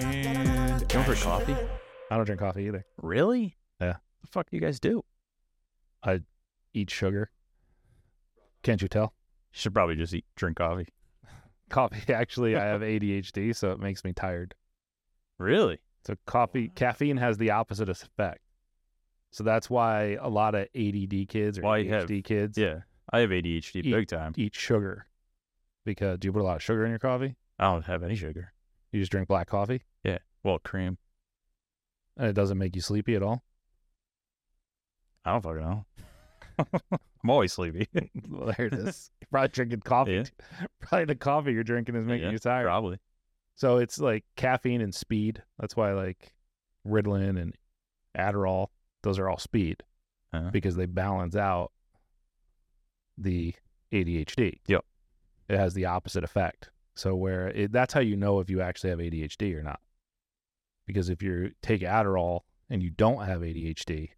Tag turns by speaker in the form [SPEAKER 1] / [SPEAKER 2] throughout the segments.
[SPEAKER 1] And
[SPEAKER 2] You don't drink coffee?
[SPEAKER 3] I don't drink coffee either.
[SPEAKER 2] Really?
[SPEAKER 3] Yeah.
[SPEAKER 2] The fuck do you guys do? You
[SPEAKER 3] Eat sugar. Can't you tell?
[SPEAKER 2] should probably just eat drink coffee.
[SPEAKER 3] Coffee. Actually, I have ADHD, so it makes me tired.
[SPEAKER 2] Really?
[SPEAKER 3] So coffee, caffeine has the opposite effect. So that's why a lot of ADD kids or
[SPEAKER 2] Why you have-
[SPEAKER 3] ADHD kids
[SPEAKER 2] Yeah. I have ADHD
[SPEAKER 3] Eat-
[SPEAKER 2] big time.
[SPEAKER 3] eat sugar because do you put a lot of sugar in your coffee?
[SPEAKER 2] I don't have any sugar.
[SPEAKER 3] You just drink black coffee,
[SPEAKER 2] Well, cream.
[SPEAKER 3] and it doesn't make you sleepy at all.
[SPEAKER 2] I don't fucking know. I'm always sleepy.
[SPEAKER 3] Well, there it is. You're probably drinking coffee.
[SPEAKER 2] Yeah.
[SPEAKER 3] t- Probably the coffee you're drinking is making
[SPEAKER 2] Yeah,
[SPEAKER 3] you tired.
[SPEAKER 2] probably.
[SPEAKER 3] So it's like caffeine and speed. That's why like Ritalin and Adderall, those are all speed
[SPEAKER 2] Uh-huh.
[SPEAKER 3] because they balance out the ADHD.
[SPEAKER 2] Yep.
[SPEAKER 3] It has the opposite effect. So where it, that's how you know if you actually have ADHD or not. Because if you take Adderall and you don't have ADHD,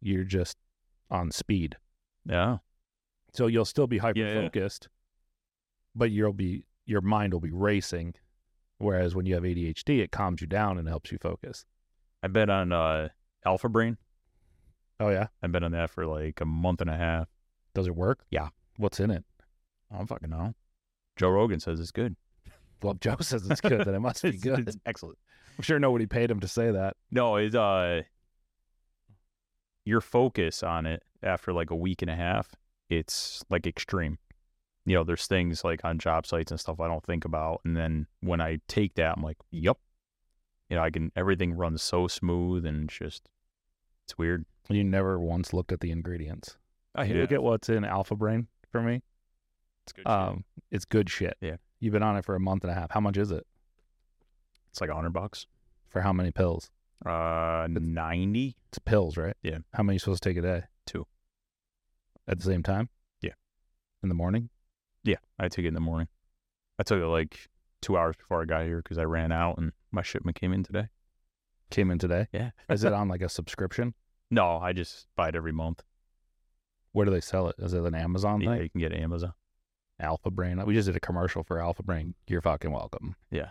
[SPEAKER 3] you're just on speed.
[SPEAKER 2] Yeah.
[SPEAKER 3] So you'll still be hyper
[SPEAKER 2] Yeah, yeah.
[SPEAKER 3] focused, but you'll be your mind will be racing. Whereas when you have ADHD, it calms you down and helps you focus.
[SPEAKER 2] I bet on uh, Alpha Brain.
[SPEAKER 3] Oh yeah,
[SPEAKER 2] I've been on that for like a month and a half.
[SPEAKER 3] does it work?
[SPEAKER 2] Yeah.
[SPEAKER 3] What's in it?
[SPEAKER 2] I don't fucking know. Joe Rogan says it's good.
[SPEAKER 3] Well, if Joe says it's good, then it must be
[SPEAKER 2] It's,
[SPEAKER 3] good.
[SPEAKER 2] it's excellent.
[SPEAKER 3] I'm sure nobody paid him to say that.
[SPEAKER 2] No, it's uh, your focus on it after like a week and a half, it's like extreme. You know, there's things like on job sites and stuff I don't think about, and then when I take that, I'm like, yep. You know, I can everything runs so smooth and just it's weird.
[SPEAKER 3] You never once looked at the ingredients.
[SPEAKER 2] I
[SPEAKER 3] You Look at what's in Alpha Brain for me.
[SPEAKER 2] It's good.
[SPEAKER 3] Um, it's good shit.
[SPEAKER 2] Yeah.
[SPEAKER 3] You've been on it for a month and a half. How much is it
[SPEAKER 2] it's like hundred bucks.
[SPEAKER 3] for how many pills?
[SPEAKER 2] Uh, ninety.
[SPEAKER 3] It's pills, right?
[SPEAKER 2] Yeah.
[SPEAKER 3] How many you supposed to take a day?
[SPEAKER 2] Two.
[SPEAKER 3] At the same time?
[SPEAKER 2] Yeah.
[SPEAKER 3] In the morning?
[SPEAKER 2] Yeah, I took it in the morning. I took it like two hours before I got here because I ran out and my shipment came in today.
[SPEAKER 3] Came in today?
[SPEAKER 2] Yeah.
[SPEAKER 3] Is it on like a subscription?
[SPEAKER 2] No, I just buy it every month.
[SPEAKER 3] Where do they sell it? Is it an
[SPEAKER 1] Oh,
[SPEAKER 3] Amazon
[SPEAKER 2] Yeah,
[SPEAKER 3] thing?
[SPEAKER 2] you can get it Amazon.
[SPEAKER 3] Alpha Brain. We just did a commercial for Alpha Brain. You're fucking welcome.
[SPEAKER 2] Yeah.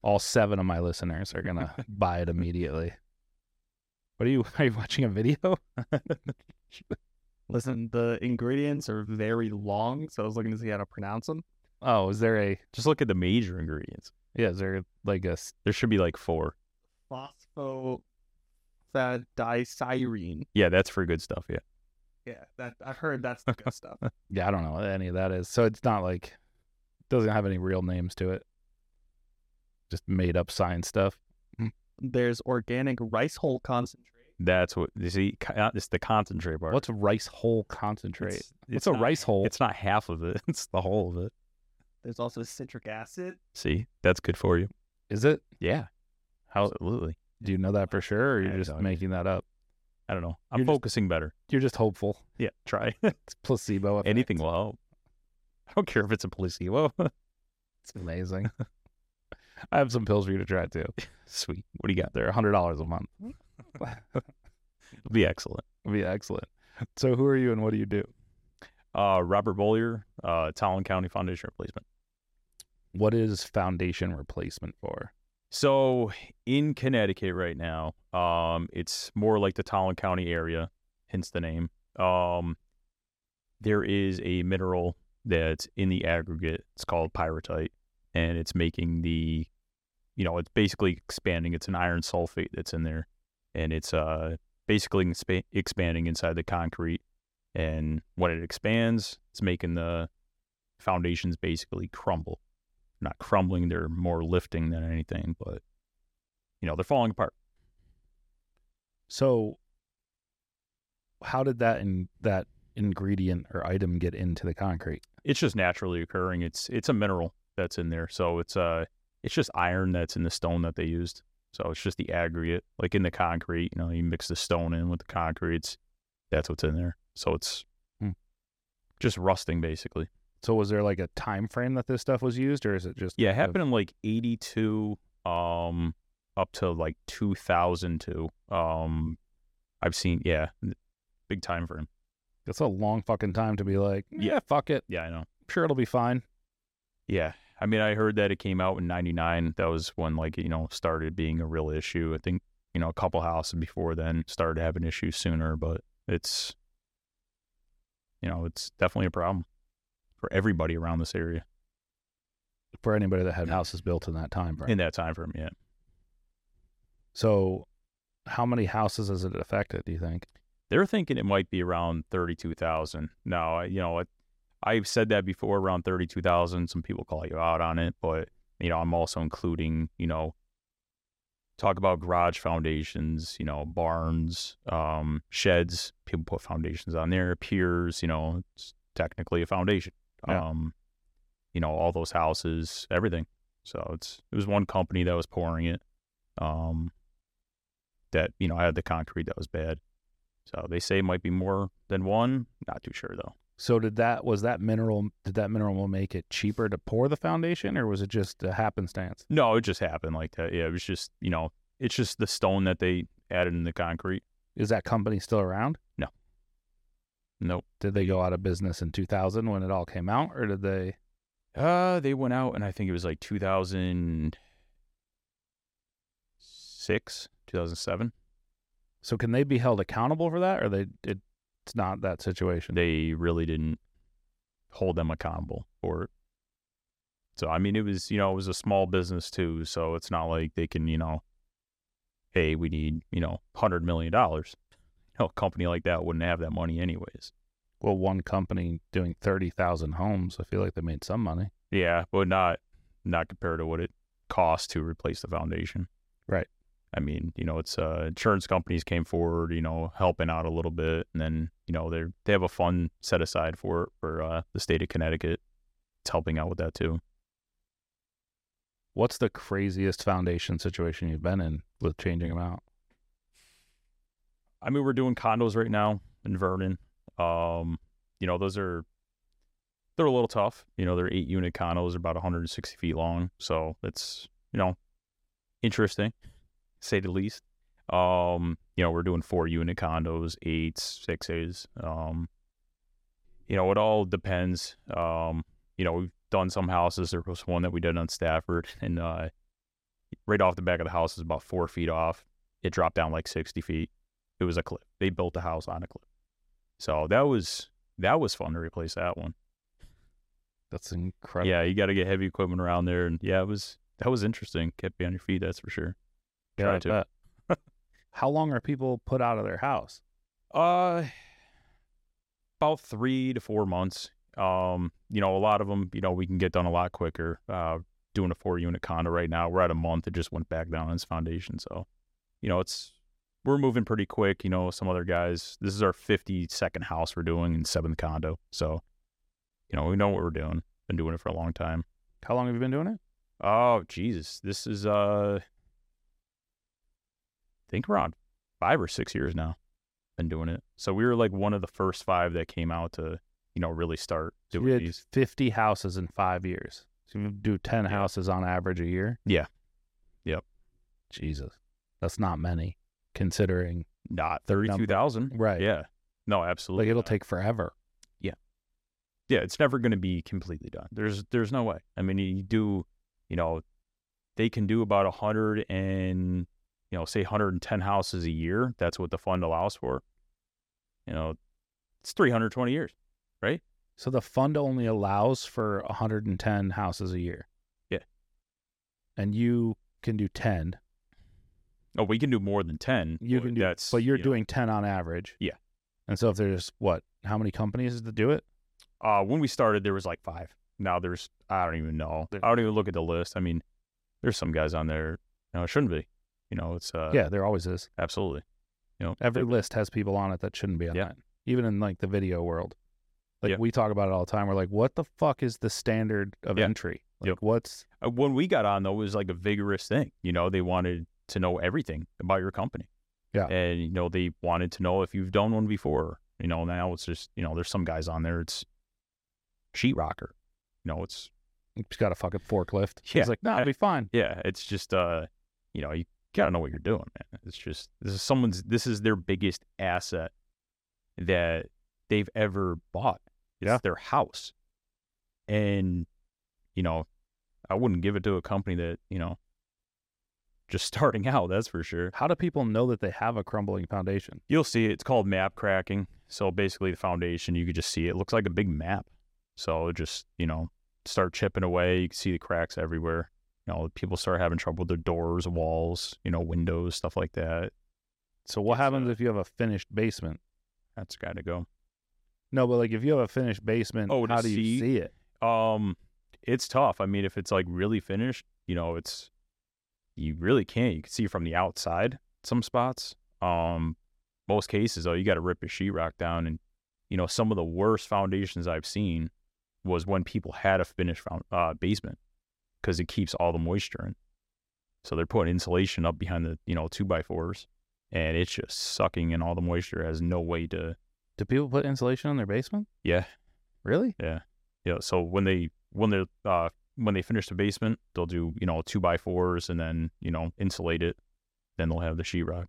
[SPEAKER 3] All seven of my listeners are gonna buy it immediately. What are you? Are you watching a video?
[SPEAKER 1] Listen, the ingredients are very long, so I was looking to see how to pronounce them.
[SPEAKER 3] Oh, is there a?
[SPEAKER 2] Just look at the major ingredients.
[SPEAKER 3] Yeah, is there like a? s-
[SPEAKER 2] There should be like four.
[SPEAKER 1] Phosphodicyramine.
[SPEAKER 2] Yeah, that's for good stuff. Yeah.
[SPEAKER 1] Yeah, that I've heard that's the good stuff.
[SPEAKER 3] Yeah, I don't know what any of that is. So it's not like doesn't have any real names to it. Just made up science stuff.
[SPEAKER 1] There's organic rice hull concentrate.
[SPEAKER 2] That's what you see. co- uh, It's the concentrate part.
[SPEAKER 3] What's rice hole concentrate?
[SPEAKER 2] It's,
[SPEAKER 3] What's
[SPEAKER 2] it's
[SPEAKER 3] a
[SPEAKER 2] not-
[SPEAKER 3] rice hole?
[SPEAKER 2] It's not half of it. It's the whole of it.
[SPEAKER 1] There's also citric acid.
[SPEAKER 2] See, that's good for you.
[SPEAKER 3] is it?
[SPEAKER 2] Yeah. Absolutely.
[SPEAKER 3] Do you know that for sure, or you're
[SPEAKER 2] I
[SPEAKER 3] just
[SPEAKER 2] don't.
[SPEAKER 3] making that up?
[SPEAKER 2] I don't know. I'm
[SPEAKER 3] You're just-
[SPEAKER 2] focusing better.
[SPEAKER 3] You're just hopeful.
[SPEAKER 2] Yeah. Try
[SPEAKER 3] It's placebo. Effect.
[SPEAKER 2] anything will help. I don't care if it's a placebo.
[SPEAKER 3] It's amazing. I have some pills for you to try too.
[SPEAKER 2] Sweet. What do you got?
[SPEAKER 3] They're hundred dollars a month.
[SPEAKER 2] It'll be excellent.
[SPEAKER 3] It'd be excellent. So, who are you and what do you do?
[SPEAKER 2] Uh, Robert Bollier, uh, Talon County Foundation replacement.
[SPEAKER 3] What is foundation replacement for?
[SPEAKER 2] So in Connecticut right now, um, it's more like the Talon County area, hence the name. Um, there is a mineral that's in the aggregate. It's called pyrite, and it's making the, you know, it's basically expanding. It's an iron sulfate that's in there, and it's uh basically expa- expanding inside the concrete. And when it expands, it's making the foundations basically crumble not crumbling. They're more lifting than anything, but you know, they're falling apart.
[SPEAKER 3] So, how did that in, that ingredient or item get into the concrete?
[SPEAKER 2] It's just naturally occurring. It's it's a mineral that's in there. So it's uh it's just iron that's in the stone that they used. So it's just the aggregate, like in the concrete, you know, you mix the stone in with the concrete, it's, that's what's in there. So it's
[SPEAKER 3] Hmm.
[SPEAKER 2] just rusting basically.
[SPEAKER 3] So, was there like a time frame that this stuff was used, or is it just
[SPEAKER 2] Yeah, it
[SPEAKER 3] kind of-
[SPEAKER 2] happened in like eighty two, um, up to like two thousand two. Um I've seen yeah, big time for him.
[SPEAKER 3] That's a long fucking time to be like, yeah,
[SPEAKER 2] Yeah.
[SPEAKER 3] fuck it.
[SPEAKER 2] Yeah, I know.
[SPEAKER 3] I'm sure it'll be fine.
[SPEAKER 2] Yeah, I mean, I heard that it came out in '99. That was when, like, you know, started being a real issue. I think, you know, a couple houses before then started having issues sooner, but it's, you know, it's definitely a problem for everybody around this area
[SPEAKER 3] for anybody that had houses built in that time frame.
[SPEAKER 2] in that time frame. Yeah.
[SPEAKER 3] so, how many houses has it affected? Do you think?
[SPEAKER 2] They're thinking it might be around 32,000. Now, I- you know, I, I've said that before around 32,000. Some people call you out on it, but, you know, I'm also including, you know, talk about garage foundations, you know, barns, um, sheds. People put foundations on there, piers, you know, it's technically a foundation.
[SPEAKER 3] Yeah.
[SPEAKER 2] Um, you know, all those houses, everything. So it's, it was one company that was pouring it. Um, that you know had the concrete that was bad. So they say it might be more than one. Not too sure though.
[SPEAKER 3] So did that was that mineral did that mineral make it cheaper to pour the foundation or was it just a happenstance?
[SPEAKER 2] No, it just happened like that. Yeah, it was just you know, it's just the stone that they added in the concrete.
[SPEAKER 3] Is that company still around?
[SPEAKER 2] Nope.
[SPEAKER 3] Did they go out of business in 2000 when it all came out or did they
[SPEAKER 2] Uh, they went out and I think it was like two thousand six, two thousand seven.
[SPEAKER 3] So can they be held accountable for that or they it, it's not that situation?
[SPEAKER 2] They really didn't hold them accountable for it. So I mean, it was you know it was a small business too, so it's not like they can you know, hey, we need you know hundred million dollars. No, a company like that wouldn't have that money anyways.
[SPEAKER 3] well, one company doing 30,000 homes, I feel like they made some money.
[SPEAKER 2] Yeah, but not not compared to what it costs to replace the foundation.
[SPEAKER 3] Right.
[SPEAKER 2] I mean, you know, it's uh, insurance companies came forward, you know, helping out a little bit, and then you know they they have a fund set aside for it for uh, the state of Connecticut. It's helping out with that too.
[SPEAKER 3] What's the craziest foundation situation you've been in with changing them out?
[SPEAKER 2] I mean, we're doing condos right now in Vernon. Um, you know, those are they're a little tough. You know, they're eight unit condos, they're about 160 feet long, so it's you know interesting, say the least. Um, you know, we're doing four unit condos, eights, sixes. Um, you know, it all depends. Um, you know, we've done some houses. There was one that we did on Stafford, and uh, right off the back of the house is about four feet off. It dropped down like 60 feet it was a cliff. They built a house on a cliff. So that was that was fun to replace that one.
[SPEAKER 3] That's incredible.
[SPEAKER 2] Yeah, you got to get heavy equipment around there, and yeah, it was that was interesting. Kept you on your feet, that's for sure.
[SPEAKER 3] Yeah,
[SPEAKER 2] Try
[SPEAKER 3] I
[SPEAKER 2] to.
[SPEAKER 3] bet. How long are people put out of their house?
[SPEAKER 2] Uh, about three to four months. Um, you know, a lot of them, you know, we can get done a lot quicker. Uh, doing a four unit condo right now, we're at a month. It just went back down on its foundation. So, you know, it's, we're moving pretty quick. You know, some other guys, this is our 52nd house we're doing and seventh condo. So, you know, we know what we're doing. Been doing it for a long time.
[SPEAKER 3] How long have you been doing it?
[SPEAKER 2] Oh, Jesus. This is, uh, I think around five or six years now. Been doing it. So we were like one of the first five that came out to, you know, really start
[SPEAKER 3] So
[SPEAKER 2] doing
[SPEAKER 3] you did
[SPEAKER 2] these.
[SPEAKER 3] 50 houses in five years. So you do 10
[SPEAKER 2] Yeah.
[SPEAKER 3] houses on average a year?
[SPEAKER 2] Yeah. Yep.
[SPEAKER 3] Jesus. That's not many considering.
[SPEAKER 2] Not 32,000.
[SPEAKER 3] Right.
[SPEAKER 2] Yeah. No,
[SPEAKER 3] Like
[SPEAKER 2] absolutely.
[SPEAKER 3] it'll
[SPEAKER 2] not.
[SPEAKER 3] take forever.
[SPEAKER 2] yeah, it's never going to be completely done. There's there's no way. I mean, you do, you know, they can do about a hundred and you know, say hundred and ten houses a year. That's what the fund allows for. You know, it's three hundred twenty years.
[SPEAKER 3] So the fund only allows for 110 houses a year.
[SPEAKER 2] Yeah.
[SPEAKER 3] And you can do 10.
[SPEAKER 2] Oh, we can do more than ten.
[SPEAKER 3] You
[SPEAKER 2] but
[SPEAKER 3] can do,
[SPEAKER 2] that's
[SPEAKER 3] but you're
[SPEAKER 2] you know,
[SPEAKER 3] doing 10 on average.
[SPEAKER 2] Yeah.
[SPEAKER 3] And so if there's what, how many companies that do it?
[SPEAKER 2] Uh, when we started, there was like five. Now there's I don't even know.
[SPEAKER 3] There-
[SPEAKER 2] I don't even look at the list. I mean, there's some guys on there. No, it shouldn't be. You know, it's uh,
[SPEAKER 3] yeah, there always is.
[SPEAKER 2] absolutely. You know,
[SPEAKER 3] Every list has people on it that shouldn't be on
[SPEAKER 2] Yeah.
[SPEAKER 3] it, even in like the video world. Like
[SPEAKER 2] Yeah.
[SPEAKER 3] we talk about it all the time. We're like, what the fuck is the standard of
[SPEAKER 2] Yeah.
[SPEAKER 3] entry? Like,
[SPEAKER 2] Yep.
[SPEAKER 3] what's
[SPEAKER 2] Uh, when we got on though it was like a vigorous thing you know they wanted to know everything about your company
[SPEAKER 3] Yeah.
[SPEAKER 2] and you know they wanted to know if you've done one before you know now it's just you know there's some guys on there it's sheetrocker you know it's
[SPEAKER 3] it's got a fucking forklift?
[SPEAKER 2] Yeah.
[SPEAKER 3] It's like, no, nah, it'll be fine.
[SPEAKER 2] yeah it's just uh you know you gotta know what you're doing man it's just this is someone's this is their biggest asset that they've ever bought it's
[SPEAKER 3] Yeah.
[SPEAKER 2] their house and you know I wouldn't give it to a company that you know just starting out. That's for sure.
[SPEAKER 3] How do people know that they have a crumbling foundation?
[SPEAKER 2] You'll see it. it's called map cracking. So basically, the foundation you could just see it. it looks like a big map. So it just you know start chipping away. You can see the cracks everywhere. You know people start having trouble with their doors, walls, you know windows, stuff like that.
[SPEAKER 3] So what
[SPEAKER 2] It's,
[SPEAKER 3] happens
[SPEAKER 2] uh,
[SPEAKER 3] if you have a finished basement?
[SPEAKER 2] That's got to go.
[SPEAKER 3] No, but like if you have a finished basement,
[SPEAKER 2] Oh, to
[SPEAKER 3] how do you
[SPEAKER 2] see?
[SPEAKER 3] see it?
[SPEAKER 2] Um, it's tough. I mean, if it's like really finished, you know, it's you really can't. You can see from the outside some spots. Um, most cases though, you got to rip your sheetrock down, and you know, some of the worst foundations I've seen was when people had a finished found, uh, basement because it keeps all the moisture in. So they're putting insulation up behind the you know two by fours, and it's just sucking in all the moisture. It Has no way to
[SPEAKER 3] Do people put insulation on their basement?
[SPEAKER 2] yeah.
[SPEAKER 3] Really?
[SPEAKER 2] Yeah. Yeah. So when they when they're uh when they finish the basement, they'll do, you know, two by fours and then, you know, insulate it. Then they'll have the sheetrock.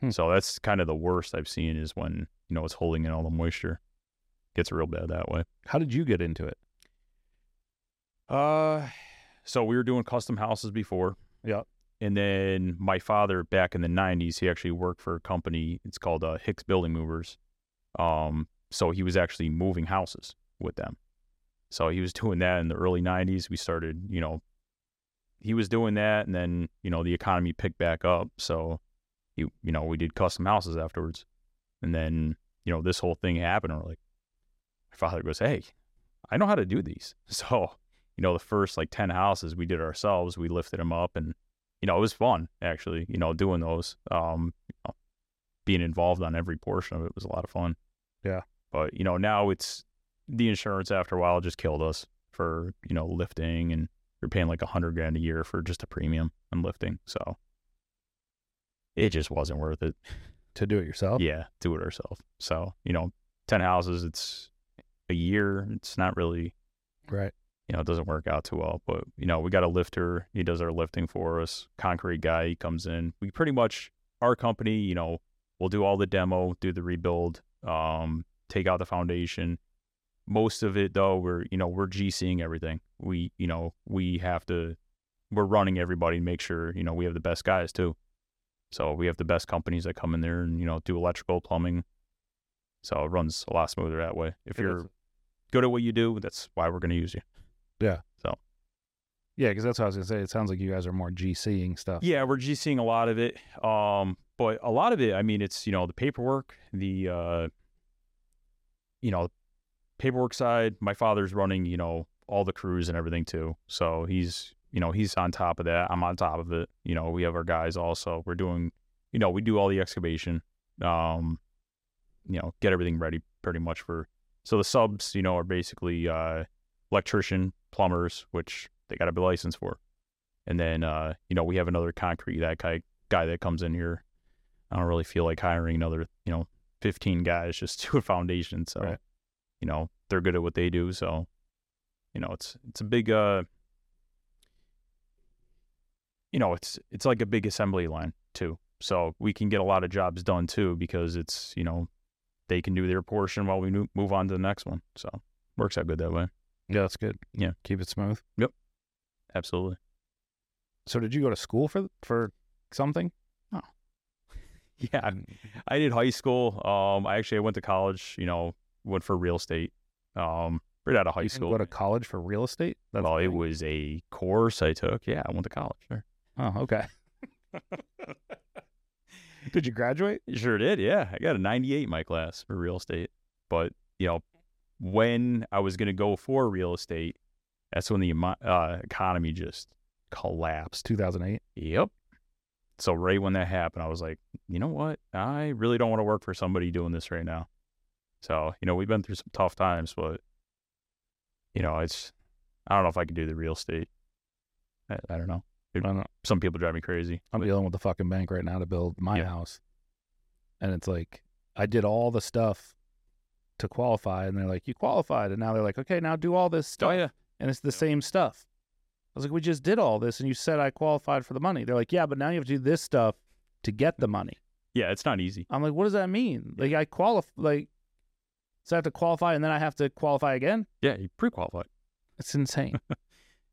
[SPEAKER 3] Hmm.
[SPEAKER 2] So that's kind of the worst I've seen is when, you know, it's holding in all the moisture. Gets real bad that way.
[SPEAKER 3] How did you get into it?
[SPEAKER 2] Uh so we were doing custom houses before.
[SPEAKER 3] Yeah.
[SPEAKER 2] And then my father back in the 90s, he actually worked for a company. It's called uh, Hicks Building Movers. Um, so he was actually moving houses with them. So he was doing that in the early 90s. We started, you know, he was doing that. And then, you know, the economy picked back up. So, he, you know, we did custom houses afterwards. And then, you know, this whole thing happened. And we're like, my father goes, Hey, I know how to do these. So, you know, the first like 10 houses we did ourselves, we lifted them up and, you know, it was fun actually, you know, doing those. Um, you know, being involved on every portion of it was a lot of fun.
[SPEAKER 3] Yeah.
[SPEAKER 2] But, you know, now it's the insurance after a while just killed us for, you know, lifting and you're paying like a hundred grand a year for just a premium on lifting. So it just wasn't worth it.
[SPEAKER 3] To do it yourself?
[SPEAKER 2] Yeah, do it ourselves. So, you know, 10 houses, it's a year. It's not really,
[SPEAKER 3] Right.
[SPEAKER 2] you know, it doesn't work out too well. But, you know, we got a lifter. He does our lifting for us. Concrete guy, he comes in. We pretty much, our company, you know, we'll do all the demo, do the rebuild, um, take out the foundation. Most of it, though, we're, you know, we're GCing everything. We, you know, we have to, we're running everybody to make sure, you know, we have the best guys too. So we have the best companies that come in there and, you know, do electrical, plumbing. So it runs a lot smoother that way. If
[SPEAKER 3] It
[SPEAKER 2] you're
[SPEAKER 3] is.
[SPEAKER 2] good at what you do, that's why we're going to use you.
[SPEAKER 3] Yeah, because that's what I was gonna say. It sounds like you guys are more GCing stuff.
[SPEAKER 2] Yeah, we're just seeing a lot of it. Um, but a lot of it, I mean, it's you know the paperwork, the uh, you know, paperwork side. My father's running, you know, all the crews and everything too. So he's you know he's on top of that. I'm on top of it. You know, we have our guys also. We're doing, you know, we do all the excavation. Um, you know, get everything ready pretty much for. So the subs, you know, are basically uh, electrician, plumbers, which they got to be licensed for. And then, uh, you know, we have another concrete that guy, guy that comes in here. I don't really feel like hiring another, you know, 15 guys just to a foundation. So,
[SPEAKER 3] Right.
[SPEAKER 2] you know, they're good at what they do. So, you know, it's, it's a big, uh, you know, it's, it's like a big assembly line too. So we can get a lot of jobs done too, because it's, you know, they can do their portion while we mo- move on to the next one. So works out good that way.
[SPEAKER 3] Yeah, that's good.
[SPEAKER 2] Yeah.
[SPEAKER 3] Keep it smooth.
[SPEAKER 2] Absolutely.
[SPEAKER 3] So did you go to school for for something?
[SPEAKER 2] Yeah, I'm- I did high school. Um, I actually I went to college. You know, went for real estate. Um, right out of high
[SPEAKER 3] you didn't
[SPEAKER 2] school.
[SPEAKER 3] go to college for real estate? That's
[SPEAKER 2] well,
[SPEAKER 3] a
[SPEAKER 2] Oh, it
[SPEAKER 3] thing?
[SPEAKER 2] was a course I took. Yeah, I went to college. Sure,
[SPEAKER 3] Oh, okay. did you graduate?
[SPEAKER 2] sure did. Yeah, I got a 98 in my class for real estate. But you know, when I was going to go for real estate, that's when the emo- uh, economy just collapsed.
[SPEAKER 3] Two thousand eight.
[SPEAKER 2] Yep. So right when that happened, I was like, you know what? I really don't want to work for somebody doing this right now. So, you know, we've been through some tough times, but you know, it's I don't know if I could do the real estate. I, I don't know.
[SPEAKER 3] I don't know.
[SPEAKER 2] Some people drive me crazy.
[SPEAKER 3] I'm dealing with the fucking bank right now to build my
[SPEAKER 2] Yeah.
[SPEAKER 3] house. And it's like I did all the stuff to qualify and they're like, You qualified and now they're like, Okay, now do all this
[SPEAKER 2] oh,
[SPEAKER 3] stuff. And it's the same stuff. I was like, We just did all this and you said I qualified for the money. They're like, Yeah, but now you have to do this stuff to get the money.
[SPEAKER 2] Yeah, it's not easy.
[SPEAKER 3] I'm like, What does that mean? Like I qualify like so I have to qualify and then I have to qualify again?
[SPEAKER 2] Yeah, you pre qualified.
[SPEAKER 3] It's insane.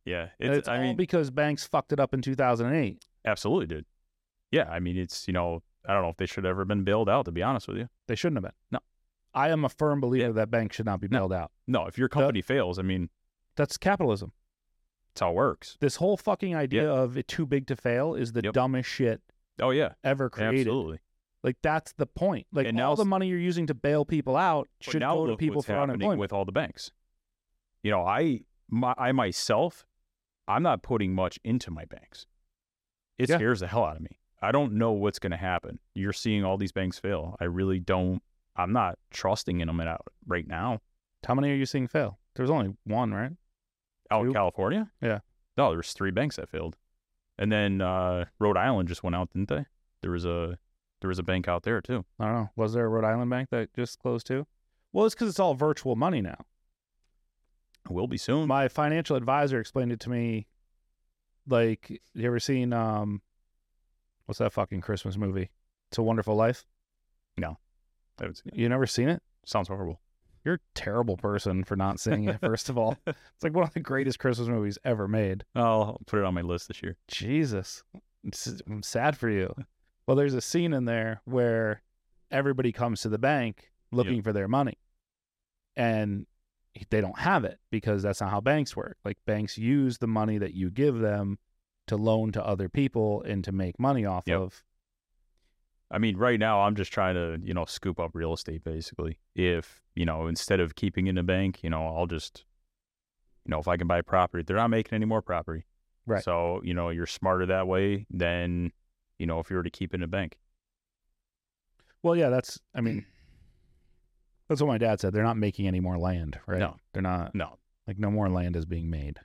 [SPEAKER 2] Yeah,
[SPEAKER 3] It's,
[SPEAKER 2] it's, I
[SPEAKER 3] all
[SPEAKER 2] mean,
[SPEAKER 3] because banks fucked it up in 2008.
[SPEAKER 2] absolutely, dude. Yeah, I mean, it's you know, I don't know if they should have ever been bailed out. To be honest with you,
[SPEAKER 3] They shouldn't have been.
[SPEAKER 2] No.
[SPEAKER 3] I am a firm believer that banks should not be
[SPEAKER 2] No.
[SPEAKER 3] bailed out.
[SPEAKER 2] no. If your company fails, I mean,
[SPEAKER 3] That's capitalism.
[SPEAKER 2] that's how it works.
[SPEAKER 3] This whole fucking idea of it too big to fail is the
[SPEAKER 2] Yep.
[SPEAKER 3] dumbest shit
[SPEAKER 2] Oh yeah,
[SPEAKER 3] ever created.
[SPEAKER 2] absolutely.
[SPEAKER 3] Like that's the point. Like
[SPEAKER 2] And
[SPEAKER 3] all
[SPEAKER 2] now-
[SPEAKER 3] the money you're using to bail people out
[SPEAKER 2] But
[SPEAKER 3] should
[SPEAKER 2] now
[SPEAKER 3] go to
[SPEAKER 2] look
[SPEAKER 3] people
[SPEAKER 2] what's
[SPEAKER 3] for
[SPEAKER 2] happening
[SPEAKER 3] unemployment.
[SPEAKER 2] with all the banks. You know, I my I myself, I'm not putting much into my banks. It
[SPEAKER 3] Yeah.
[SPEAKER 2] scares the hell out of me. I don't know what's going to happen. You're seeing all these banks fail. I really don't. I'm not trusting in them out right now.
[SPEAKER 3] How many are you seeing fail? There's only one, right?
[SPEAKER 2] Out
[SPEAKER 3] Two?
[SPEAKER 2] in California,
[SPEAKER 3] Yeah.
[SPEAKER 2] No, there's three banks that failed, and then uh, Rhode Island just went out, didn't they? There was a there was a bank out there too.
[SPEAKER 3] I don't know. Was there a Rhode Island bank that just closed too? Well, it's because it's all virtual money now.
[SPEAKER 2] Will be soon.
[SPEAKER 3] my financial advisor explained it to me like you ever seen um what's that fucking christmas movie it's a wonderful life
[SPEAKER 2] That was-
[SPEAKER 3] you never seen it
[SPEAKER 2] sounds horrible.
[SPEAKER 3] you're a terrible person for not seeing it first of all it's like one of the greatest christmas movies ever made
[SPEAKER 2] I'll put it on my list this year.
[SPEAKER 3] jesus It's- i'm sad for you well there's a scene in there where everybody comes to the bank looking for their money and they don't have it because that's not how banks work. Like banks use the money that you give them to loan to other people and to make money off
[SPEAKER 2] Yep.
[SPEAKER 3] of.
[SPEAKER 2] I mean, right now I'm just trying to, you know, scoop up real estate basically. If, you know, instead of keeping in a bank, you know, I'll just you know, if I can buy property, they're not making any more property.
[SPEAKER 3] Right.
[SPEAKER 2] So, you know, you're smarter that way than, you know, if you were to keep it in a bank.
[SPEAKER 3] Well, yeah, that's I mean that's what my dad said. They're not making any more land, right?
[SPEAKER 2] No.
[SPEAKER 3] They're not
[SPEAKER 2] No.
[SPEAKER 3] like no more land is being made.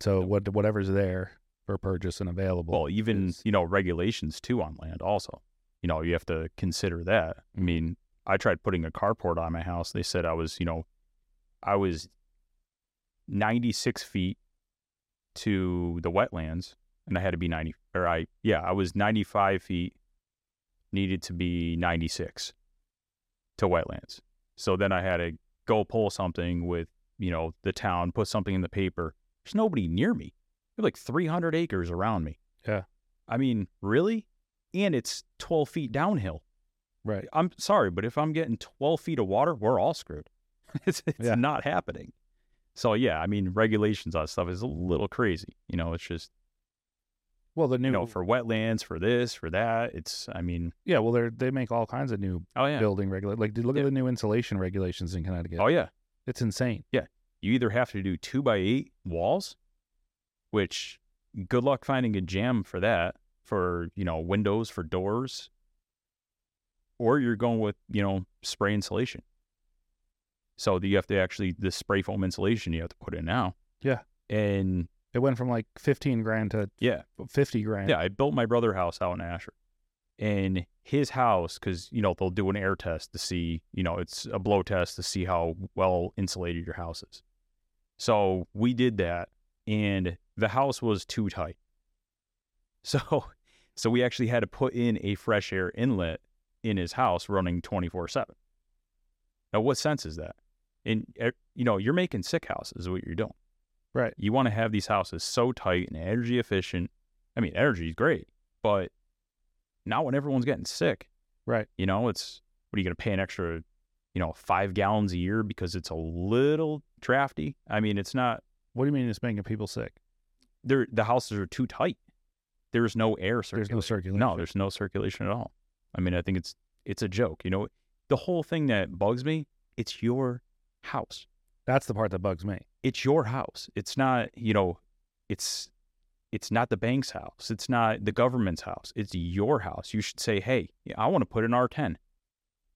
[SPEAKER 3] So what whatever's there for purchase and available.
[SPEAKER 2] Well, even,
[SPEAKER 3] is-
[SPEAKER 2] you know, regulations too on land also. You know, you have to consider that. I mean, I tried putting a carport on my house. They said I was, you know, I was 96 feet to the wetlands and I had to be 90 or I yeah, I was 95 feet needed to be 96 to wetlands. So then I had to go pull something with, you know, the town, put something in the paper. There's nobody near me. There are like 300 acres around me.
[SPEAKER 3] Yeah.
[SPEAKER 2] I mean, really? And it's 12 feet downhill.
[SPEAKER 3] right.
[SPEAKER 2] I'm sorry, but if I'm getting 12 feet of water, we're all screwed. it's it's
[SPEAKER 3] Yeah.
[SPEAKER 2] not happening. So yeah, I mean, regulations on stuff is a little crazy. You know, it's just
[SPEAKER 3] Well, the new
[SPEAKER 2] you know for wetlands, for this, for that. It's I mean,
[SPEAKER 3] Yeah, well they are they make all kinds of new
[SPEAKER 2] oh yeah,
[SPEAKER 3] building regulations. Like dude, look at
[SPEAKER 2] Yeah.
[SPEAKER 3] the new insulation regulations in Connecticut.
[SPEAKER 2] oh yeah.
[SPEAKER 3] It's insane.
[SPEAKER 2] You either have to do two by eight walls, which good luck finding a jam for that for you know windows for doors, or you're going with you know spray insulation. So that you have to actually the spray foam insulation you have to put in now.
[SPEAKER 3] Yeah.
[SPEAKER 2] and
[SPEAKER 3] It went from like 15 grand to
[SPEAKER 2] Yeah.
[SPEAKER 3] 50 grand.
[SPEAKER 2] Yeah, I built my brother house out in Asher. And his house, because, you know, they'll do an air test to see, you know, it's a blow test to see how well insulated your house is. So we did that, and the house was too tight. So, so we actually had to put in a fresh air inlet in his house running 24 7. Now, what sense is that? And, eh, you know, you're making sick houses, is what you're doing.
[SPEAKER 3] Right.
[SPEAKER 2] You want to have these houses so tight and energy efficient. I mean, energy is great, but not when everyone's getting sick.
[SPEAKER 3] Right.
[SPEAKER 2] You know, it's what are you going to pay an extra, you know, five gallons a year because it's a little drafty? I mean, it's not.
[SPEAKER 3] What do you mean it's making people sick?
[SPEAKER 2] There, the houses are too tight. There's no air
[SPEAKER 3] There's
[SPEAKER 2] circulation.
[SPEAKER 3] no circulation.
[SPEAKER 2] No, there's no circulation at all. I mean, I think it's it's a joke. You know, the whole thing that bugs me. It's your house.
[SPEAKER 3] That's the part that bugs me.
[SPEAKER 2] it's your house. It's not, you know, it's it's not the bank's house. It's not the government's house. It's your house. You should say, "Hey, yeah, I want to put an R10."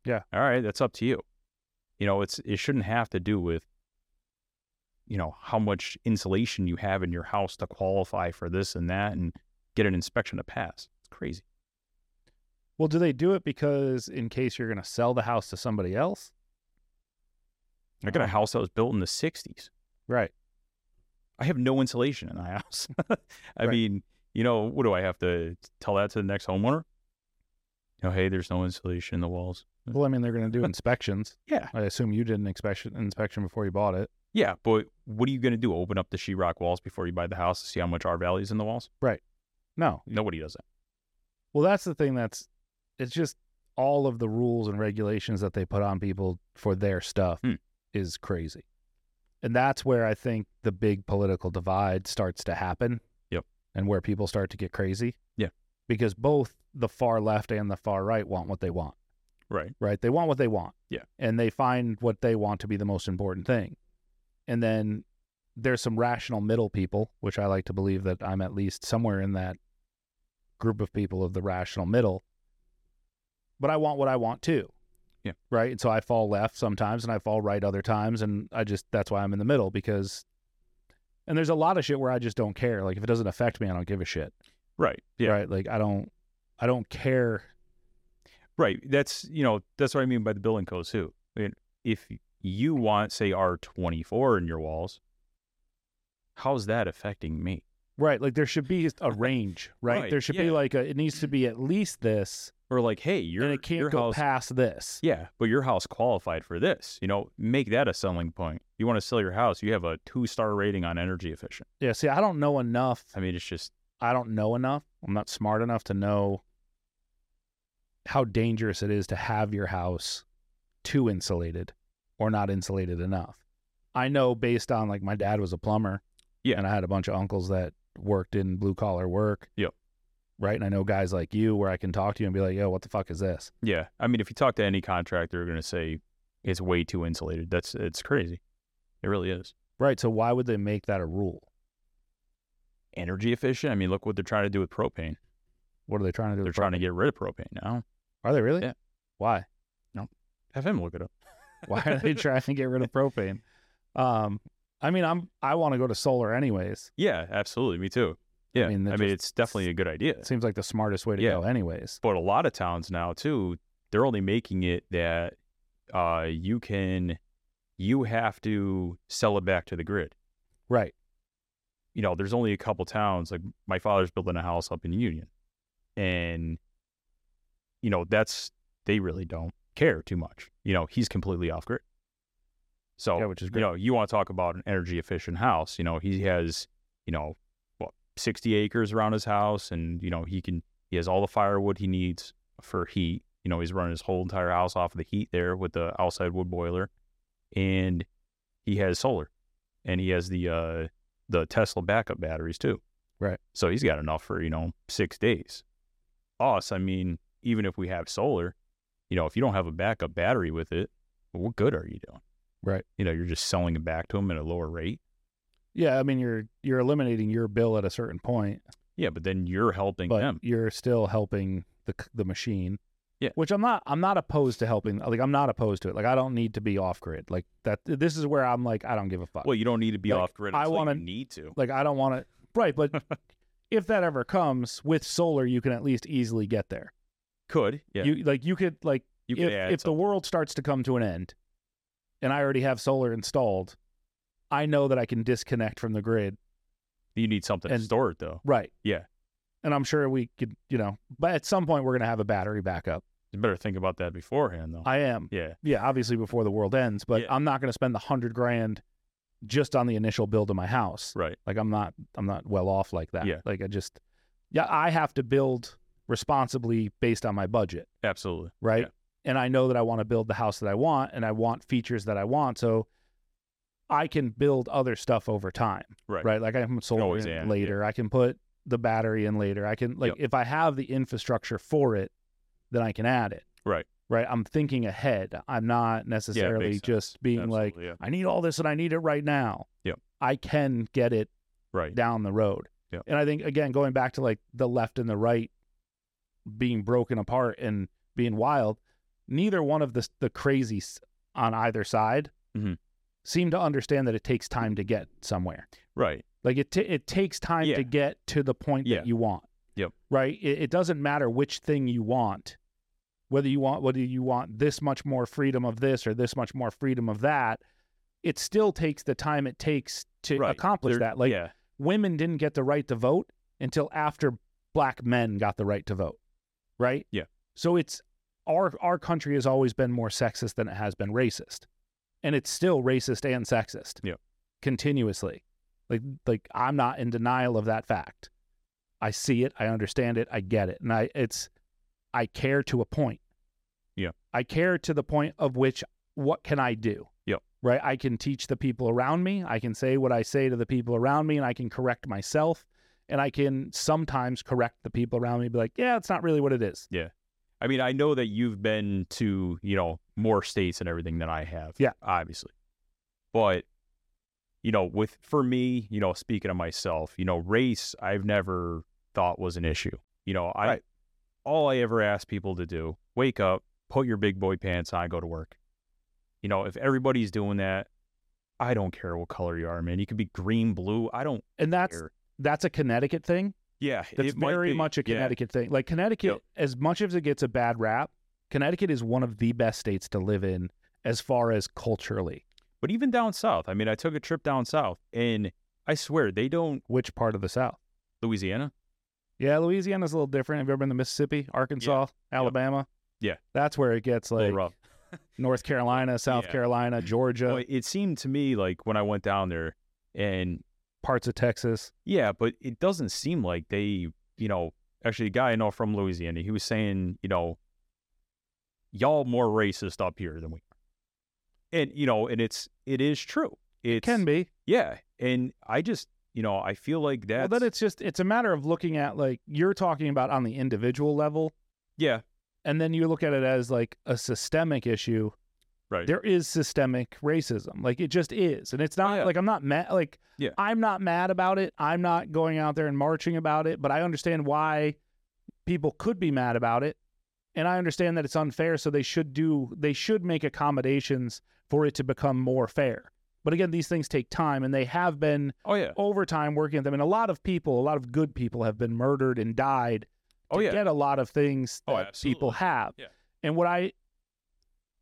[SPEAKER 3] Yeah.
[SPEAKER 2] All right, that's up to you. You know, it's it shouldn't have to do with you know, how much insulation you have in your house to qualify for this and that and get an inspection to pass. It's crazy.
[SPEAKER 3] Well, do they do it because in case you're going to sell the house to somebody else?
[SPEAKER 2] I got a house that was built in the 60s.
[SPEAKER 3] Right.
[SPEAKER 2] I have no insulation in my house. I
[SPEAKER 3] Right.
[SPEAKER 2] mean, you know, what do I have to tell that to the next homeowner? You know, hey, there's no insulation in the walls.
[SPEAKER 3] Well, I mean, they're going to do inspections.
[SPEAKER 2] Mm. Yeah.
[SPEAKER 3] I assume you did an inspection inspection before you bought it.
[SPEAKER 2] Yeah, but what are you going to do? Open up the sheetrock walls before you buy the house to see how much R value is in the walls?
[SPEAKER 3] No.
[SPEAKER 2] Nobody does that.
[SPEAKER 3] Well, that's the thing that's it's just all of the rules and regulations that they put on people for their stuff
[SPEAKER 2] Hmm.
[SPEAKER 3] is crazy. And that's where I think the big political divide starts to happen.
[SPEAKER 2] Yep.
[SPEAKER 3] And where people start to get crazy.
[SPEAKER 2] Yeah.
[SPEAKER 3] Because both the far left and the far right want what they want.
[SPEAKER 2] Right.
[SPEAKER 3] Right. They want what they want.
[SPEAKER 2] Yeah.
[SPEAKER 3] And they find what they want to be the most important thing. And then there's some rational middle people, which I like to believe that I'm at least somewhere in that group of people of the rational middle. But I want what I want too.
[SPEAKER 2] Yeah.
[SPEAKER 3] Right. And so I fall left sometimes and I fall right other times. And I just, that's why I'm in the middle because, and there's a lot of shit where I just don't care. Like if it doesn't affect me, I don't give a shit.
[SPEAKER 2] Right. Yeah.
[SPEAKER 3] Right. Like I don't, I don't care.
[SPEAKER 2] Right. That's you know that's what I mean by the building codes too. I mean, if you want say R twenty four in your walls, how's that affecting me?
[SPEAKER 3] Right. Like there should be a range, right?
[SPEAKER 2] Right,
[SPEAKER 3] There should be
[SPEAKER 2] yeah.
[SPEAKER 3] like a, it needs to be at least this,
[SPEAKER 2] Or like, hey, your
[SPEAKER 3] and it
[SPEAKER 2] your
[SPEAKER 3] can't go
[SPEAKER 2] house,
[SPEAKER 3] past this.
[SPEAKER 2] yeah, but your house qualified for this. You know, make that a selling point. You want to sell your house, you have a two star rating on energy efficient.
[SPEAKER 3] Yeah. See, I don't know enough.
[SPEAKER 2] I mean, it's just
[SPEAKER 3] I don't know enough. I'm not smart enough to know how dangerous it is to have your house too insulated or not insulated enough. I know based on like my dad was a plumber.
[SPEAKER 2] Yeah.
[SPEAKER 3] And I had a bunch of uncles that worked in blue collar work.
[SPEAKER 2] Yep.
[SPEAKER 3] Right. And I know guys like you where I can talk to you and be like, yo, what the fuck is this?
[SPEAKER 2] yeah. I mean, if you talk to any contractor, they're gonna say it's way too insulated. That's it's crazy. It really is.
[SPEAKER 3] Right. So why would they make that a rule?
[SPEAKER 2] Energy efficient. I mean, look what they're trying to do with propane.
[SPEAKER 3] What are they trying to do?
[SPEAKER 2] They're
[SPEAKER 3] with
[SPEAKER 2] trying to get rid of propane now.
[SPEAKER 3] pro- Are they really?
[SPEAKER 2] Yeah.
[SPEAKER 3] Why?
[SPEAKER 2] Have him look it up.
[SPEAKER 3] Why are they trying to get rid of propane? Um, I mean, I'm I want to go to solar anyways.
[SPEAKER 2] Yeah, absolutely. Me too. Yeah. I mean,
[SPEAKER 3] mean, that just-
[SPEAKER 2] it's definitely a good idea.
[SPEAKER 3] It seems like the smartest way to
[SPEAKER 2] Yeah.
[SPEAKER 3] go, anyways.
[SPEAKER 2] But a lot of towns now too, they're only making it that uh, you can, you have to sell it back to the grid.
[SPEAKER 3] Right.
[SPEAKER 2] You know, there's only a couple towns. Like my father's building a house up in Union, and you know that's they really don't care too much. You know, he's completely off grid. So
[SPEAKER 3] Yeah, which is
[SPEAKER 2] you
[SPEAKER 3] great.
[SPEAKER 2] know, you want to talk about an energy efficient house. You know, he has, you know, what, 60 acres around his house and, you know, he can, he has all the firewood he needs for heat. You know, he's running his whole entire house off of the heat there with the outside wood boiler and he has solar and he has the, uh, the Tesla backup batteries too.
[SPEAKER 3] Right.
[SPEAKER 2] So he's got enough for, you know, six days. Us, I mean, even if we have solar, you know, if you don't have a backup battery with it, what good are you doing?
[SPEAKER 3] Right.
[SPEAKER 2] you know, you're just selling it back to them at a lower rate.
[SPEAKER 3] Yeah, I mean, you're you're eliminating your bill at a certain point,
[SPEAKER 2] Yeah, but then you're helping
[SPEAKER 3] but
[SPEAKER 2] them.
[SPEAKER 3] you're still helping the c- the machine.
[SPEAKER 2] Yeah.
[SPEAKER 3] Which I'm not I'm not opposed to helping. Like I'm not opposed to it. Like I don't need to be off grid. Like that. This is where I'm like I don't give a fuck.
[SPEAKER 2] Well, you don't need to be
[SPEAKER 3] Like,
[SPEAKER 2] off grid.
[SPEAKER 3] I
[SPEAKER 2] I want
[SPEAKER 3] wanna-
[SPEAKER 2] to need to.
[SPEAKER 3] Like I don't want to. Right, but if that ever comes with solar, you can at least easily get there.
[SPEAKER 2] Could yeah. You,
[SPEAKER 3] You like you could like
[SPEAKER 2] could
[SPEAKER 3] if,
[SPEAKER 2] add
[SPEAKER 3] if the
[SPEAKER 2] something.
[SPEAKER 3] world starts to come to an end and I already have solar installed, I know that I can disconnect from the grid.
[SPEAKER 2] you need something
[SPEAKER 3] and-
[SPEAKER 2] to store it though.
[SPEAKER 3] Right.
[SPEAKER 2] Yeah.
[SPEAKER 3] And I'm sure we could, you know, but at some point we're going to have a battery backup.
[SPEAKER 2] You better think about that beforehand though.
[SPEAKER 3] I am.
[SPEAKER 2] yeah.
[SPEAKER 3] Yeah. Obviously before the world ends, but
[SPEAKER 2] Yeah.
[SPEAKER 3] I'm not going to spend the hundred grand just on the initial build of my house.
[SPEAKER 2] Right.
[SPEAKER 3] Like I'm not, I'm not well off like that.
[SPEAKER 2] Yeah.
[SPEAKER 3] Like I just, yeah, I have to build responsibly based on my budget.
[SPEAKER 2] Absolutely.
[SPEAKER 3] right?
[SPEAKER 2] Yeah.
[SPEAKER 3] And I know that I want to build the house that I want and I want features that I want. So I can build other stuff over time,
[SPEAKER 2] Right.
[SPEAKER 3] right? Like I can put solar
[SPEAKER 2] always
[SPEAKER 3] in
[SPEAKER 2] add, yeah.
[SPEAKER 3] later. I can put the battery in later. I can,
[SPEAKER 2] Yep.
[SPEAKER 3] like, if I have the infrastructure for it, then I can add it.
[SPEAKER 2] Right.
[SPEAKER 3] Right. I'm thinking ahead. I'm not
[SPEAKER 2] Yeah, it
[SPEAKER 3] necessarily
[SPEAKER 2] makes sense.
[SPEAKER 3] just being like,
[SPEAKER 2] Absolutely, yeah.
[SPEAKER 3] I need all this and I need it right now.
[SPEAKER 2] Yep.
[SPEAKER 3] I can get it
[SPEAKER 2] right.
[SPEAKER 3] down the road.
[SPEAKER 2] Yeah.
[SPEAKER 3] And I think again, going back to like the left and the right being broken apart and being wild, neither one of the the crazies on either side
[SPEAKER 2] Mhm.
[SPEAKER 3] seem to understand that it takes time to get somewhere.
[SPEAKER 2] Right.
[SPEAKER 3] Like it, t- it takes time
[SPEAKER 2] Yeah.
[SPEAKER 3] to get to the point
[SPEAKER 2] Yeah.
[SPEAKER 3] that you want.
[SPEAKER 2] Yep.
[SPEAKER 3] Right. It, it doesn't matter which thing you want, whether you want whether you want this much more freedom of this or this much more freedom of that. It still takes the time it takes to
[SPEAKER 2] Right.
[SPEAKER 3] accomplish
[SPEAKER 2] There-
[SPEAKER 3] that. Like
[SPEAKER 2] yeah.
[SPEAKER 3] women didn't get the right to vote until after black men got the right to vote. Right?
[SPEAKER 2] Yeah.
[SPEAKER 3] So it's our our country has always been more sexist than it has been racist. and it's still racist and sexist.
[SPEAKER 2] Yeah.
[SPEAKER 3] Continuously. Like like I'm not in denial of that fact. I see it, I understand it, I get it. And I it's I care to a point.
[SPEAKER 2] Yeah.
[SPEAKER 3] I care to the point of which what can I do?
[SPEAKER 2] Yep.
[SPEAKER 3] Right? I can teach the people around me, I can say what I say to the people around me and I can correct myself and I can sometimes correct the people around me be like, "Yeah, it's not really what it is."
[SPEAKER 2] I mean, I know that you've been to, you know, more states and everything than I have.
[SPEAKER 3] Yeah.
[SPEAKER 2] Obviously. But, you know, with, for me, you know, speaking of myself, you know, race, I've never thought was an issue. You know, I,
[SPEAKER 3] Right.
[SPEAKER 2] all I ever ask people to do, wake up, put your big boy pants on, go to work. You know, if everybody's doing that, I don't care what color you are, man. You could be green, blue. I don't
[SPEAKER 3] And that's
[SPEAKER 2] care.
[SPEAKER 3] that's a Connecticut thing.
[SPEAKER 2] Yeah.
[SPEAKER 3] That's
[SPEAKER 2] it might
[SPEAKER 3] very
[SPEAKER 2] be.
[SPEAKER 3] much a
[SPEAKER 2] Yeah.
[SPEAKER 3] Connecticut thing. Like Connecticut,
[SPEAKER 2] Yep.
[SPEAKER 3] as much as it gets a bad rap, Connecticut is one of the best states to live in as far as culturally.
[SPEAKER 2] But even down south, I mean, I took a trip down south and I swear they don't,
[SPEAKER 3] Which part of the South?
[SPEAKER 2] Louisiana.
[SPEAKER 3] Yeah, Louisiana's a little different. Have you ever been to Mississippi, Arkansas, Alabama?
[SPEAKER 2] Yeah.
[SPEAKER 3] That's where it gets
[SPEAKER 2] little
[SPEAKER 3] like
[SPEAKER 2] rough.
[SPEAKER 3] North Carolina, South
[SPEAKER 2] Yeah.
[SPEAKER 3] Carolina, Georgia,
[SPEAKER 2] Well, it seemed to me like when I went down there, and
[SPEAKER 3] parts of Texas.
[SPEAKER 2] yeah, but it doesn't seem like they, you know, actually, a guy I know from Louisiana, he was saying, you know, y'all more racist up here than we are, and you know, and it's it is true. It's,
[SPEAKER 3] It can be.
[SPEAKER 2] yeah, and I just, you know, I feel like
[SPEAKER 3] Well,
[SPEAKER 2] that.
[SPEAKER 3] then it's just it's a matter of looking at like you're talking about on the individual level,
[SPEAKER 2] yeah,
[SPEAKER 3] and then you look at it as like a systemic issue
[SPEAKER 2] right.
[SPEAKER 3] there is systemic racism. Like it just is. And it's not
[SPEAKER 2] Oh, yeah.
[SPEAKER 3] like I'm not mad like
[SPEAKER 2] Yeah.
[SPEAKER 3] I'm not mad about it. I'm not going out there and marching about it, but I understand why people could be mad about it. And I understand that it's unfair, so they should do they should make accommodations for it to become more fair. But again, these things take time and they have been
[SPEAKER 2] oh yeah,
[SPEAKER 3] over time working at them. And a lot of people, a lot of good people have been murdered and died to
[SPEAKER 2] oh yeah,
[SPEAKER 3] get a lot of things
[SPEAKER 2] Oh,
[SPEAKER 3] that people
[SPEAKER 2] absolutely.
[SPEAKER 3] have.
[SPEAKER 2] Yeah.
[SPEAKER 3] And what I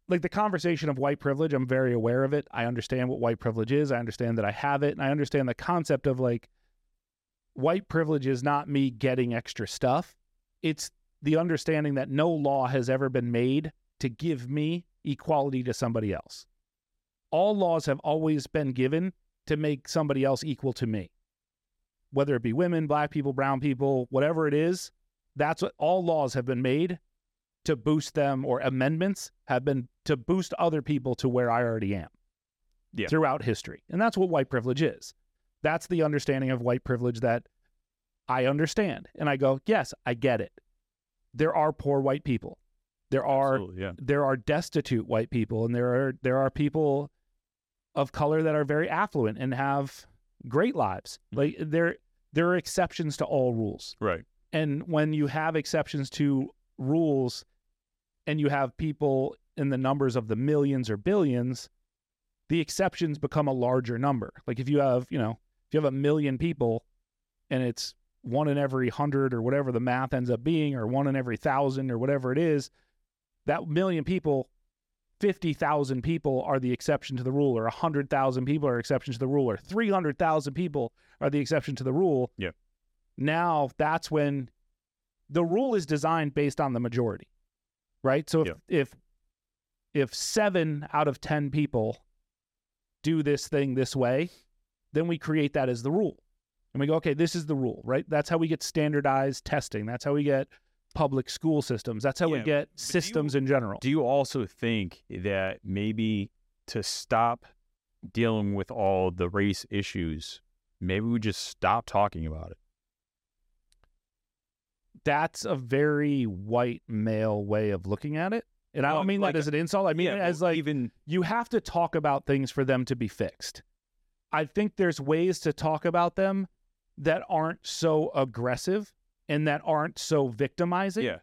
[SPEAKER 3] like the conversation of white privilege, I'm very aware of it. I understand what white privilege is. I understand that I have it. And I understand the concept of like white privilege is not me getting extra stuff. It's the understanding that no law has ever been made to give me equality to somebody else. All laws have always been given to make somebody else equal to me. Whether it be women, black people, brown people, whatever it is, that's what all laws have been made to boost them, or amendments have been to boost other people to where I already am
[SPEAKER 2] Yeah.
[SPEAKER 3] throughout history. And that's what white privilege is. That's the understanding of white privilege that I understand. And I go, yes, I get it. There are poor white people. There are
[SPEAKER 2] absolutely, yeah,
[SPEAKER 3] there are destitute white people and there are there are people of color that are very affluent and have great lives.
[SPEAKER 2] Mhm.
[SPEAKER 3] Like there there are exceptions to all rules.
[SPEAKER 2] right,
[SPEAKER 3] And when you have exceptions to rules and you have people in the numbers of the millions or billions, the exceptions become a larger number. Like if you have, you know, if you have a million people and it's one in every hundred or whatever the math ends up being, or one in every thousand or whatever it is, that million people, 50,000 people are the exception to the rule, or 100,000 people are exception to the rule, or 300,000 people are the exception to the rule.
[SPEAKER 2] Yeah.
[SPEAKER 3] Now that's when the rule is designed based on the majority, right? So if,
[SPEAKER 2] Yeah.
[SPEAKER 3] if, if seven out of 10 people do this thing this way, then we create that as the rule. And we go, okay, this is the rule, right? That's how we get standardized testing. That's how we get public school systems. That's how we
[SPEAKER 2] Yeah,
[SPEAKER 3] get
[SPEAKER 2] do
[SPEAKER 3] systems
[SPEAKER 2] you-
[SPEAKER 3] in general.
[SPEAKER 2] Do you also think that maybe to stop dealing with all the race issues, maybe we just stop talking about it?
[SPEAKER 3] That's a very white male way of looking at it. And I
[SPEAKER 2] Well,
[SPEAKER 3] don't mean
[SPEAKER 2] like-
[SPEAKER 3] that as an insult. I mean it as like
[SPEAKER 2] even
[SPEAKER 3] you have to talk about things for them to be fixed. I think there's ways to talk about them that aren't so aggressive and that aren't so victimizing.
[SPEAKER 2] Yeah.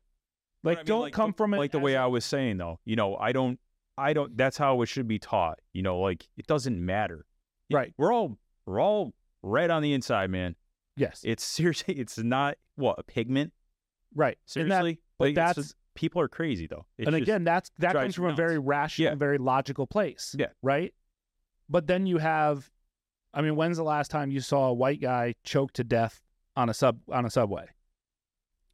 [SPEAKER 3] Like
[SPEAKER 2] I mean,
[SPEAKER 3] don't
[SPEAKER 2] like the-
[SPEAKER 3] come from it
[SPEAKER 2] like the
[SPEAKER 3] as
[SPEAKER 2] way
[SPEAKER 3] a-
[SPEAKER 2] I was saying though. You know, I don't, I don't. That's how it should be taught. You know, like it doesn't matter. Y-
[SPEAKER 3] Right.
[SPEAKER 2] We're all we're all red on the inside, man.
[SPEAKER 3] Yes.
[SPEAKER 2] It's seriously, it's not what a pigment.
[SPEAKER 3] right. And that-
[SPEAKER 2] Seriously,
[SPEAKER 3] but
[SPEAKER 2] Like, it's
[SPEAKER 3] that's-
[SPEAKER 2] just- people are crazy though. It's
[SPEAKER 3] and
[SPEAKER 2] just-
[SPEAKER 3] again, that's that
[SPEAKER 2] drives
[SPEAKER 3] comes
[SPEAKER 2] you
[SPEAKER 3] from a very rational,
[SPEAKER 2] Yeah.
[SPEAKER 3] very logical place.
[SPEAKER 2] Yeah.
[SPEAKER 3] Right. But then you have, I mean, when's the last time you saw a white guy choked to death on a sub on a subway?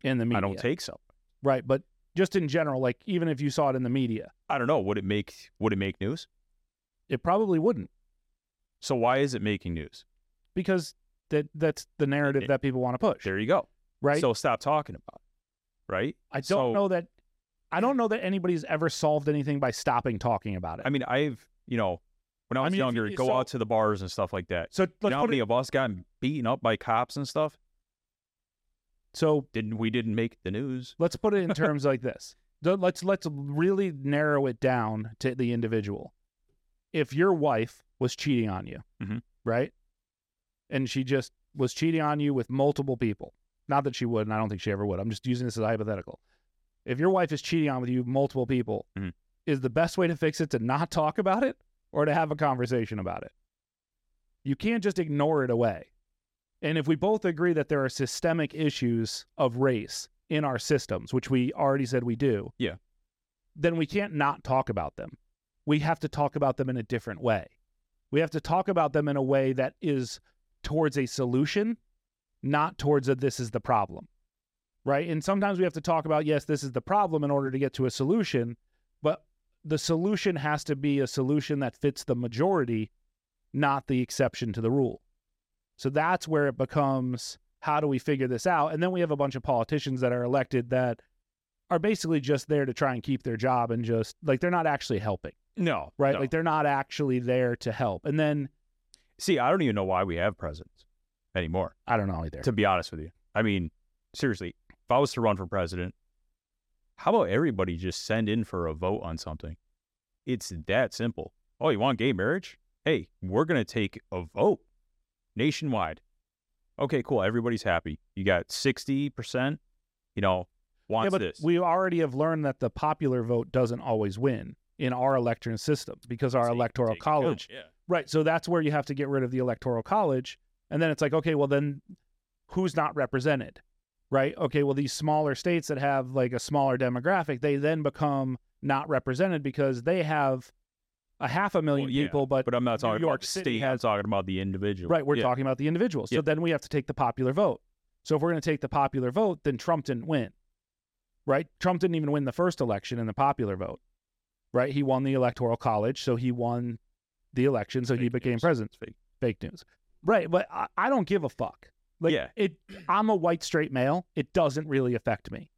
[SPEAKER 3] In the media,
[SPEAKER 2] I don't take so.
[SPEAKER 3] right. But just in general, like even if you saw it in the media,
[SPEAKER 2] I don't know. Would it make would it make news?
[SPEAKER 3] It probably wouldn't
[SPEAKER 2] So why is it making news?
[SPEAKER 3] because that that's the narrative
[SPEAKER 2] it-
[SPEAKER 3] that people want to push,
[SPEAKER 2] There you go.
[SPEAKER 3] right?
[SPEAKER 2] So stop talking about it. Right?
[SPEAKER 3] I don't
[SPEAKER 2] so-
[SPEAKER 3] know that. I don't know that anybody's ever solved anything by stopping talking about it.
[SPEAKER 2] I mean, I've, you know, when I
[SPEAKER 3] I
[SPEAKER 2] was
[SPEAKER 3] mean, if
[SPEAKER 2] younger,
[SPEAKER 3] you-
[SPEAKER 2] go
[SPEAKER 3] so-
[SPEAKER 2] out to the bars and stuff like that.
[SPEAKER 3] so
[SPEAKER 2] You
[SPEAKER 3] let's
[SPEAKER 2] know how
[SPEAKER 3] put
[SPEAKER 2] many
[SPEAKER 3] it,
[SPEAKER 2] of us got beaten up by cops and stuff?
[SPEAKER 3] so
[SPEAKER 2] Didn't we didn't make the news?
[SPEAKER 3] let's put it in terms like this. Th- Let's let's really narrow it down to the individual. If your wife was cheating on you,
[SPEAKER 2] Mhm.
[SPEAKER 3] right, and she just was cheating on you with multiple people, not that she would, and I don't think she ever would. I'm just using this as a hypothetical. If your wife is cheating on with you multiple people,
[SPEAKER 2] Mhm.
[SPEAKER 3] is the best way to fix it to not talk about it or to have a conversation about it? You can't just ignore it away. And if we both agree that there are systemic issues of race in our systems, which we already said we do,
[SPEAKER 2] Yeah.
[SPEAKER 3] then we can't not talk about them. We have to talk about them in a different way. We have to talk about them in a way that is towards a solution, not towards a this is the problem. Right? And sometimes we have to talk about yes, this is the problem in order to get to a solution, but the solution has to be a solution that fits the majority, not the exception to the rule. So that's where it becomes how do we figure this out? And then we have a bunch of politicians that are elected that are basically just there to try and keep their job and just like they're not actually helping,
[SPEAKER 2] No.
[SPEAKER 3] right? Like they're not actually there to help. And then
[SPEAKER 2] See, I don't even know why we have presidents anymore,
[SPEAKER 3] I don't know either.
[SPEAKER 2] to be honest with you. I mean, seriously, if I was to run for president, how about everybody just send in for a vote on something? It's that simple. Oh, you want gay marriage? Hey, we're going to take a vote nationwide. Okay, cool. Everybody's happy. You got 60%, you know, wants
[SPEAKER 3] yeah, but
[SPEAKER 2] this.
[SPEAKER 3] we already have learned that the popular vote doesn't always win in our election system because our
[SPEAKER 2] Take-
[SPEAKER 3] electoral
[SPEAKER 2] take it down.
[SPEAKER 3] college
[SPEAKER 2] Yeah.
[SPEAKER 3] Right. So that's where you have to get rid of the electoral college. And then it's like, okay, well, then who's not represented? Right. Okay. Well, these smaller states that have like a smaller demographic, they then become not represented because they have a half a million
[SPEAKER 2] Well, yeah,
[SPEAKER 3] people, but,
[SPEAKER 2] But I'm not
[SPEAKER 3] New
[SPEAKER 2] talking
[SPEAKER 3] York
[SPEAKER 2] about the
[SPEAKER 3] City
[SPEAKER 2] state. I'm
[SPEAKER 3] has-
[SPEAKER 2] talking about the individual.
[SPEAKER 3] right. We're
[SPEAKER 2] Yeah.
[SPEAKER 3] talking about the individual. So
[SPEAKER 2] Yeah.
[SPEAKER 3] then we have to take the popular vote. So if we're going to take the popular vote, then Trump didn't win. Right. Trump didn't even win the first election in the popular vote. Right. He won the electoral college. So he won the election. So he
[SPEAKER 2] Fake
[SPEAKER 3] became
[SPEAKER 2] news.
[SPEAKER 3] president
[SPEAKER 2] It's fake.
[SPEAKER 3] fake news. Right, but I, I don't give a fuck. Like
[SPEAKER 2] Yeah.
[SPEAKER 3] it I'm a white straight male. It doesn't really affect me.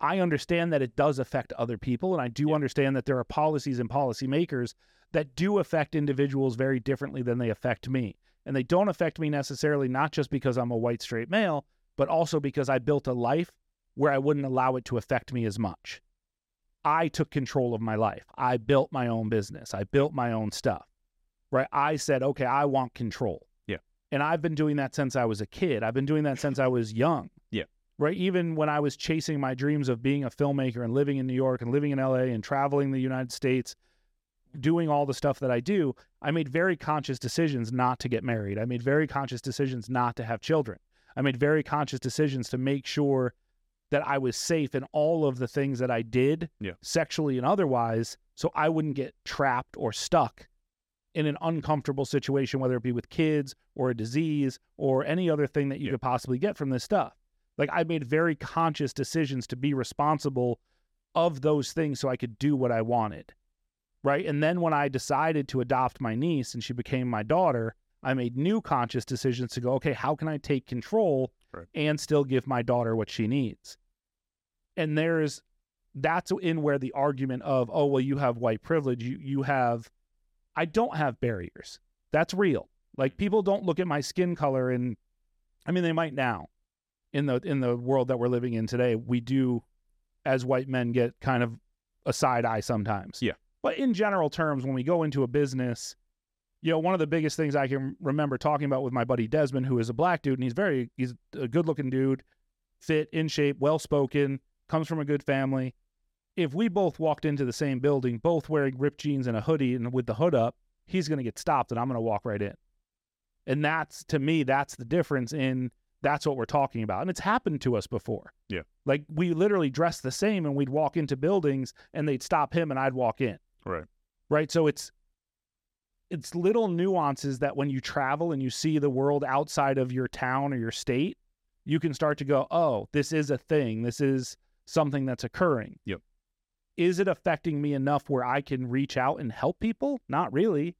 [SPEAKER 3] I understand that it does affect other people, and I do understand that there are policies and policymakers that do affect individuals very differently than they affect me. And they don't affect me necessarily not just because I'm a white straight male, but also because I built a life where I wouldn't allow it to affect me as much. I took control of my life. I built my own business. I built my own stuff. Right. I said, okay, I want control.
[SPEAKER 2] Yeah.
[SPEAKER 3] And I've been doing that since I was a kid. I've been doing that since I was young.
[SPEAKER 2] Yeah.
[SPEAKER 3] Right. Even when I was chasing my dreams of being a filmmaker and living in New York and living in LA and traveling the United States, doing all the stuff that I do, I made very conscious decisions not to get married. I made very conscious decisions not to have children. I made very conscious decisions to make sure that I was safe in all of the things that I did
[SPEAKER 2] Yeah.
[SPEAKER 3] sexually and otherwise, so I wouldn't get trapped or stuck in an uncomfortable situation, whether it be with kids or a disease or any other thing that you
[SPEAKER 2] Yeah.
[SPEAKER 3] could possibly get from this stuff. Like I made very conscious decisions to be responsible of those things so I could do what I wanted. Right. And then when I decided to adopt my niece and she became my daughter, I made new conscious decisions to go, okay, how can I take control
[SPEAKER 2] Right.
[SPEAKER 3] and still give my daughter what she needs? And there's that's in where the argument of, oh, well, you have white privilege, you you have I don't have barriers. That's real. Like people don't look at my skin color and I mean they might now. In the in the world that we're living in today, we do as white men get kind of a side eye sometimes.
[SPEAKER 2] Yeah.
[SPEAKER 3] But in general terms, when we go into a business, you know, one of the biggest things I can remember talking about with my buddy Desmond, who is a black dude, and he's very he's a good looking dude, fit, in shape, well spoken, comes from a good family. If we both walked into the same building, both wearing ripped jeans and a hoodie and with the hood up, he's going to get stopped and I'm going to walk right in. And that's to me, that's the difference in that's what we're talking about. And it's happened to us before.
[SPEAKER 2] Yeah.
[SPEAKER 3] Like we literally dress the same and we'd walk into buildings and they'd stop him and I'd walk in.
[SPEAKER 2] Right.
[SPEAKER 3] Right. So it's, it's little nuances that when you travel and you see the world outside of your town or your state, you can start to go, oh, this is a thing. This is something that's occurring.
[SPEAKER 2] Yep.
[SPEAKER 3] is it affecting me enough where I can reach out and help people? Not really,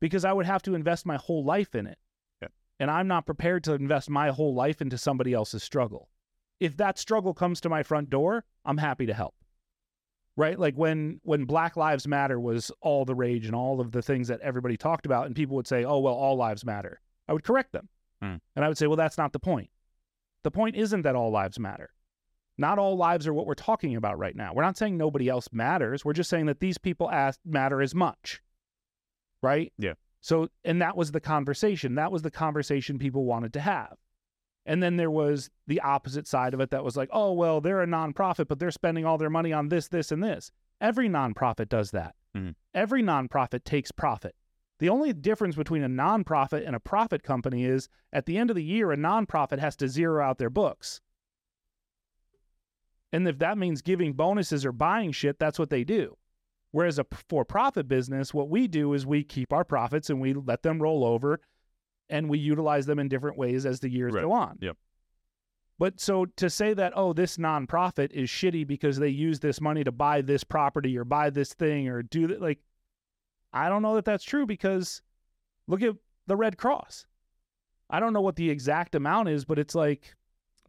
[SPEAKER 3] because I would have to invest my whole life in it.
[SPEAKER 2] Yeah.
[SPEAKER 3] And I'm not prepared to invest my whole life into somebody else's struggle. If that struggle comes to my front door, I'm happy to help. Right? Like when when Black Lives Matter was all the rage and all of the things that everybody talked about and people would say, "Oh, well, all lives matter." I would correct them.
[SPEAKER 2] Hmm.
[SPEAKER 3] And I would say, "Well, that's not the point. The point isn't that all lives matter not all lives are what we're talking about right now. We're not saying nobody else matters. We're just saying that these people ask, matter as much. Right?
[SPEAKER 2] Yeah.
[SPEAKER 3] So, and that was the conversation. That was the conversation people wanted to have. And then there was the opposite side of it that was like, oh, well, they're a nonprofit, but they're spending all their money on this, this, and this. Every nonprofit does that.
[SPEAKER 2] Mhm.
[SPEAKER 3] Every nonprofit takes profit. The only difference between a nonprofit and a profit company is at the end of the year, a nonprofit has to zero out their books. And if that means giving bonuses or buying shit, that's what they do. Whereas a for profit business, what we do is we keep our profits and we let them roll over and we utilize them in different ways as the years
[SPEAKER 2] Right.
[SPEAKER 3] go on.
[SPEAKER 2] Yep.
[SPEAKER 3] But so to say that, oh, this nonprofit is shitty because they use this money to buy this property or buy this thing or do that, like, I don't know that that's true because look at the Red Cross. I don't know what the exact amount is, but it's like,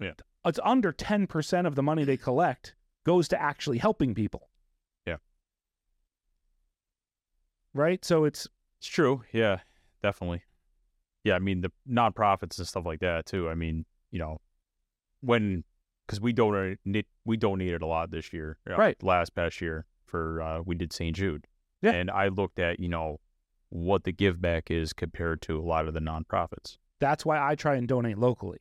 [SPEAKER 2] Yeah.
[SPEAKER 3] it's under 10% of the money they collect goes to actually helping people.
[SPEAKER 2] Yeah.
[SPEAKER 3] Right. So it's,
[SPEAKER 2] It's true. Yeah, definitely. Yeah, I mean the nonprofits and stuff like that too. I mean, you know, when because we donated we donated a lot this year, uh,
[SPEAKER 3] Right.
[SPEAKER 2] Last past year for uh, we did St. Jude,
[SPEAKER 3] Yeah.
[SPEAKER 2] and I looked at you know what the give back is compared to a lot of the nonprofits.
[SPEAKER 3] that's why I try and donate locally.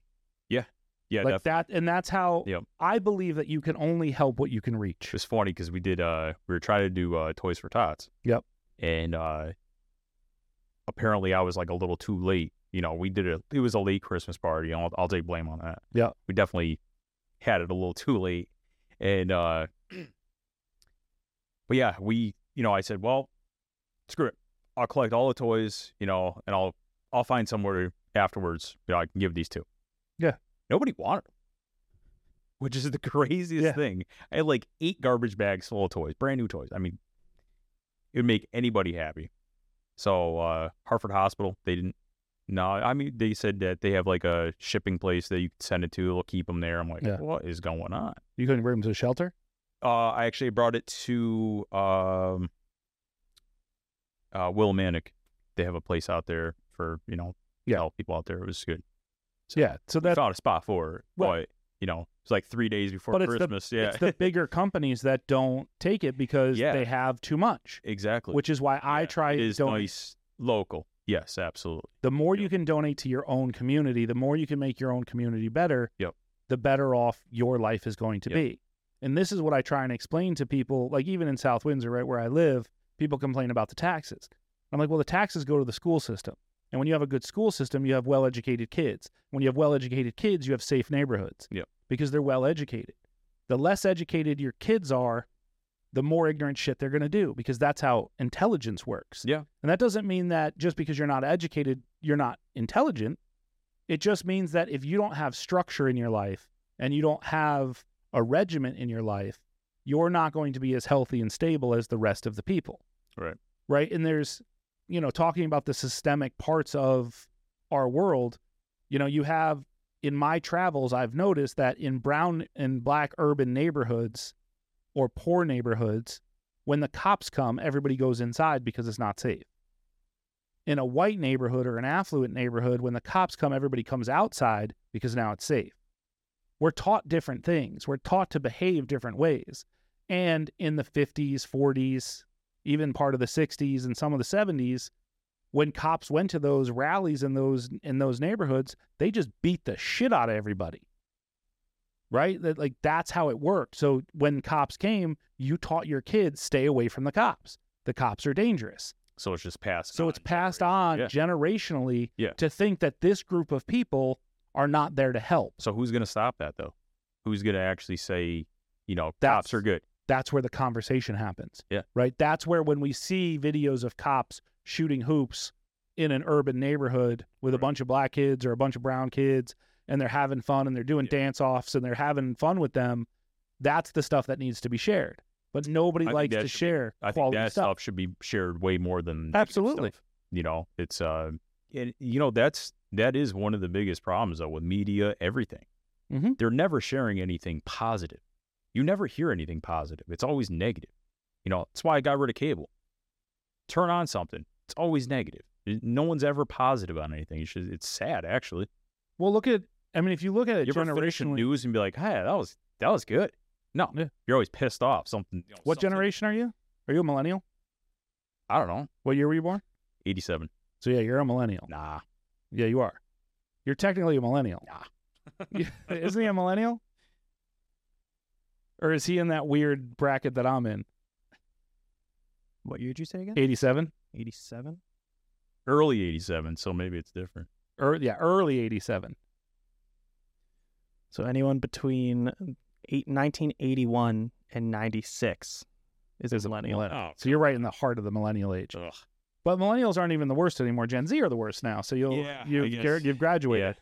[SPEAKER 2] Yeah,
[SPEAKER 3] like
[SPEAKER 2] definitely.
[SPEAKER 3] that. And that's how
[SPEAKER 2] Yep.
[SPEAKER 3] I believe that you can only help what you can reach.
[SPEAKER 2] It's funny because we did uh we were trying to do uh Toys for Tots.
[SPEAKER 3] Yep.
[SPEAKER 2] And uh apparently I was like a little too late. You know, we did a it was a late Christmas party. I'll I'll take blame on that.
[SPEAKER 3] Yep.
[SPEAKER 2] We definitely had it a little too late. And uh but yeah, we you know, I said, Well, screw it. I'll collect all the toys, you know, and I'll I'll find somewhere afterwards, you know, I can give these to.
[SPEAKER 3] Yeah.
[SPEAKER 2] Nobody wanted them. Which is the craziest
[SPEAKER 3] Yeah.
[SPEAKER 2] thing. I had like eight garbage bags full of toys, brand new toys. I mean, it would make anybody happy. So uh Hartford Hospital, they didn't. No, I mean they said that they have like a shipping place that you can send it to. They'll keep them there. I'm like,
[SPEAKER 3] Yeah.
[SPEAKER 2] what is going on?
[SPEAKER 3] You couldn't bring them to a shelter?
[SPEAKER 2] Uh, I actually brought it to um, uh, Will Manic. They have a place out there for you know,
[SPEAKER 3] Yeah.
[SPEAKER 2] help people out there. It was good.
[SPEAKER 3] yeah. So
[SPEAKER 2] We
[SPEAKER 3] that's
[SPEAKER 2] found a spot for it,
[SPEAKER 3] Right.
[SPEAKER 2] but you know, it's like three days before
[SPEAKER 3] But it's the-
[SPEAKER 2] Christmas. yeah,
[SPEAKER 3] it's the bigger companies that don't take it because
[SPEAKER 2] Yeah.
[SPEAKER 3] they have too much,
[SPEAKER 2] exactly.
[SPEAKER 3] which is why I
[SPEAKER 2] Yeah,
[SPEAKER 3] try
[SPEAKER 2] it
[SPEAKER 3] to
[SPEAKER 2] is
[SPEAKER 3] donate.
[SPEAKER 2] nice local. Yes, absolutely.
[SPEAKER 3] The more you can donate to your own community, the more you can make your own community better.
[SPEAKER 2] Yep.
[SPEAKER 3] The better off your life is going to
[SPEAKER 2] Yep.
[SPEAKER 3] be. And this is what I try and explain to people. Like even in South Windsor, right where I live, people complain about the taxes. I'm like, well, the taxes go to the school system. And when you have a good school system, you have well educated kids. When you have well educated kids, you have safe neighborhoods.
[SPEAKER 2] Yep.
[SPEAKER 3] Because they're well educated. The less educated your kids are, the more ignorant shit they're going to do because that's how intelligence works.
[SPEAKER 2] Yeah.
[SPEAKER 3] And that doesn't mean that just because you're not educated, you're not intelligent. It just means that if you don't have structure in your life and you don't have a regiment in your life, you're not going to be as healthy and stable as the rest of the people.
[SPEAKER 2] Right.
[SPEAKER 3] Right. And there's, you know, talking about the systemic parts of our world, you know, you have in my travels, I've noticed that in brown and black urban neighborhoods or poor neighborhoods, when the cops come, everybody goes inside because it's not safe. In a white neighborhood or an affluent neighborhood, when the cops come, everybody comes outside because now it's safe. We're taught different things. We're taught to behave different ways. And in the 50s, 40s, even part of the 60s and some of the 70s, when cops went to those rallies in those in those neighborhoods, they just beat the shit out of everybody. Right? That like that's how it worked. So when cops came, you taught your kids stay away from the cops. The cops are dangerous.
[SPEAKER 2] So it's just passed.
[SPEAKER 3] So it's passed on
[SPEAKER 2] Yeah.
[SPEAKER 3] generationally
[SPEAKER 2] Yeah.
[SPEAKER 3] to think that this group of people are not there to help.
[SPEAKER 2] So who's gonna stop that though? Who's gonna actually say, you know,
[SPEAKER 3] That's-
[SPEAKER 2] cops are good?
[SPEAKER 3] That's where the conversation happens.
[SPEAKER 2] Yeah.
[SPEAKER 3] Right? That's where when we see videos of cops shooting hoops in an urban neighborhood with a
[SPEAKER 2] Right.
[SPEAKER 3] bunch of black kids or a bunch of brown kids and they're having fun and they're doing
[SPEAKER 2] Yeah.
[SPEAKER 3] dance offs and they're having fun with them, that's the stuff that needs to be shared. but nobody
[SPEAKER 2] I think
[SPEAKER 3] likes
[SPEAKER 2] that
[SPEAKER 3] to
[SPEAKER 2] should be-
[SPEAKER 3] share
[SPEAKER 2] I think
[SPEAKER 3] quality
[SPEAKER 2] that
[SPEAKER 3] stuff.
[SPEAKER 2] stuff. should be shared way more than negative
[SPEAKER 3] Absolutely.
[SPEAKER 2] stuff. You know, it's uh, and you know that's that is one of the biggest problems though with media, everything.
[SPEAKER 3] Mhm.
[SPEAKER 2] They're never sharing anything positive. You never hear anything positive. It's always negative. You know, that's why I got rid of cable. Turn on something. It's always negative. No one's ever positive on anything. It's, just, it's sad, actually.
[SPEAKER 3] Well, look at I mean, if you look at it
[SPEAKER 2] You ever finish the
[SPEAKER 3] generationally,
[SPEAKER 2] news and be like, "Hey, that was that was good." No,
[SPEAKER 3] Yeah.
[SPEAKER 2] you're always pissed off. Something. you know,
[SPEAKER 3] what
[SPEAKER 2] something-
[SPEAKER 3] generation are you? Are you a millennial?
[SPEAKER 2] I don't know.
[SPEAKER 3] What year were you born?
[SPEAKER 2] Eighty-seven.
[SPEAKER 3] So yeah, you're a millennial.
[SPEAKER 2] Nah.
[SPEAKER 3] Yeah, you are. You're technically a millennial. Yeah. Isn't he a millennial? Or is he in that weird bracket that I'm in?
[SPEAKER 1] What year did you say again?
[SPEAKER 3] 87?
[SPEAKER 1] 87?
[SPEAKER 2] early 87 so maybe it's different
[SPEAKER 3] Or yeah, early 87.
[SPEAKER 2] Oh,
[SPEAKER 1] So anyone between eight, 1981 and 96 is, a millennial.
[SPEAKER 2] Oh,
[SPEAKER 3] so you're right in the heart of the millennial age.
[SPEAKER 2] Ugh.
[SPEAKER 3] But millennials aren't even the worst anymore. Gen Z are the worst now. So you'll
[SPEAKER 2] Yeah, I
[SPEAKER 3] you
[SPEAKER 2] guess.
[SPEAKER 3] Garrett, you've
[SPEAKER 2] yeah
[SPEAKER 3] graduated.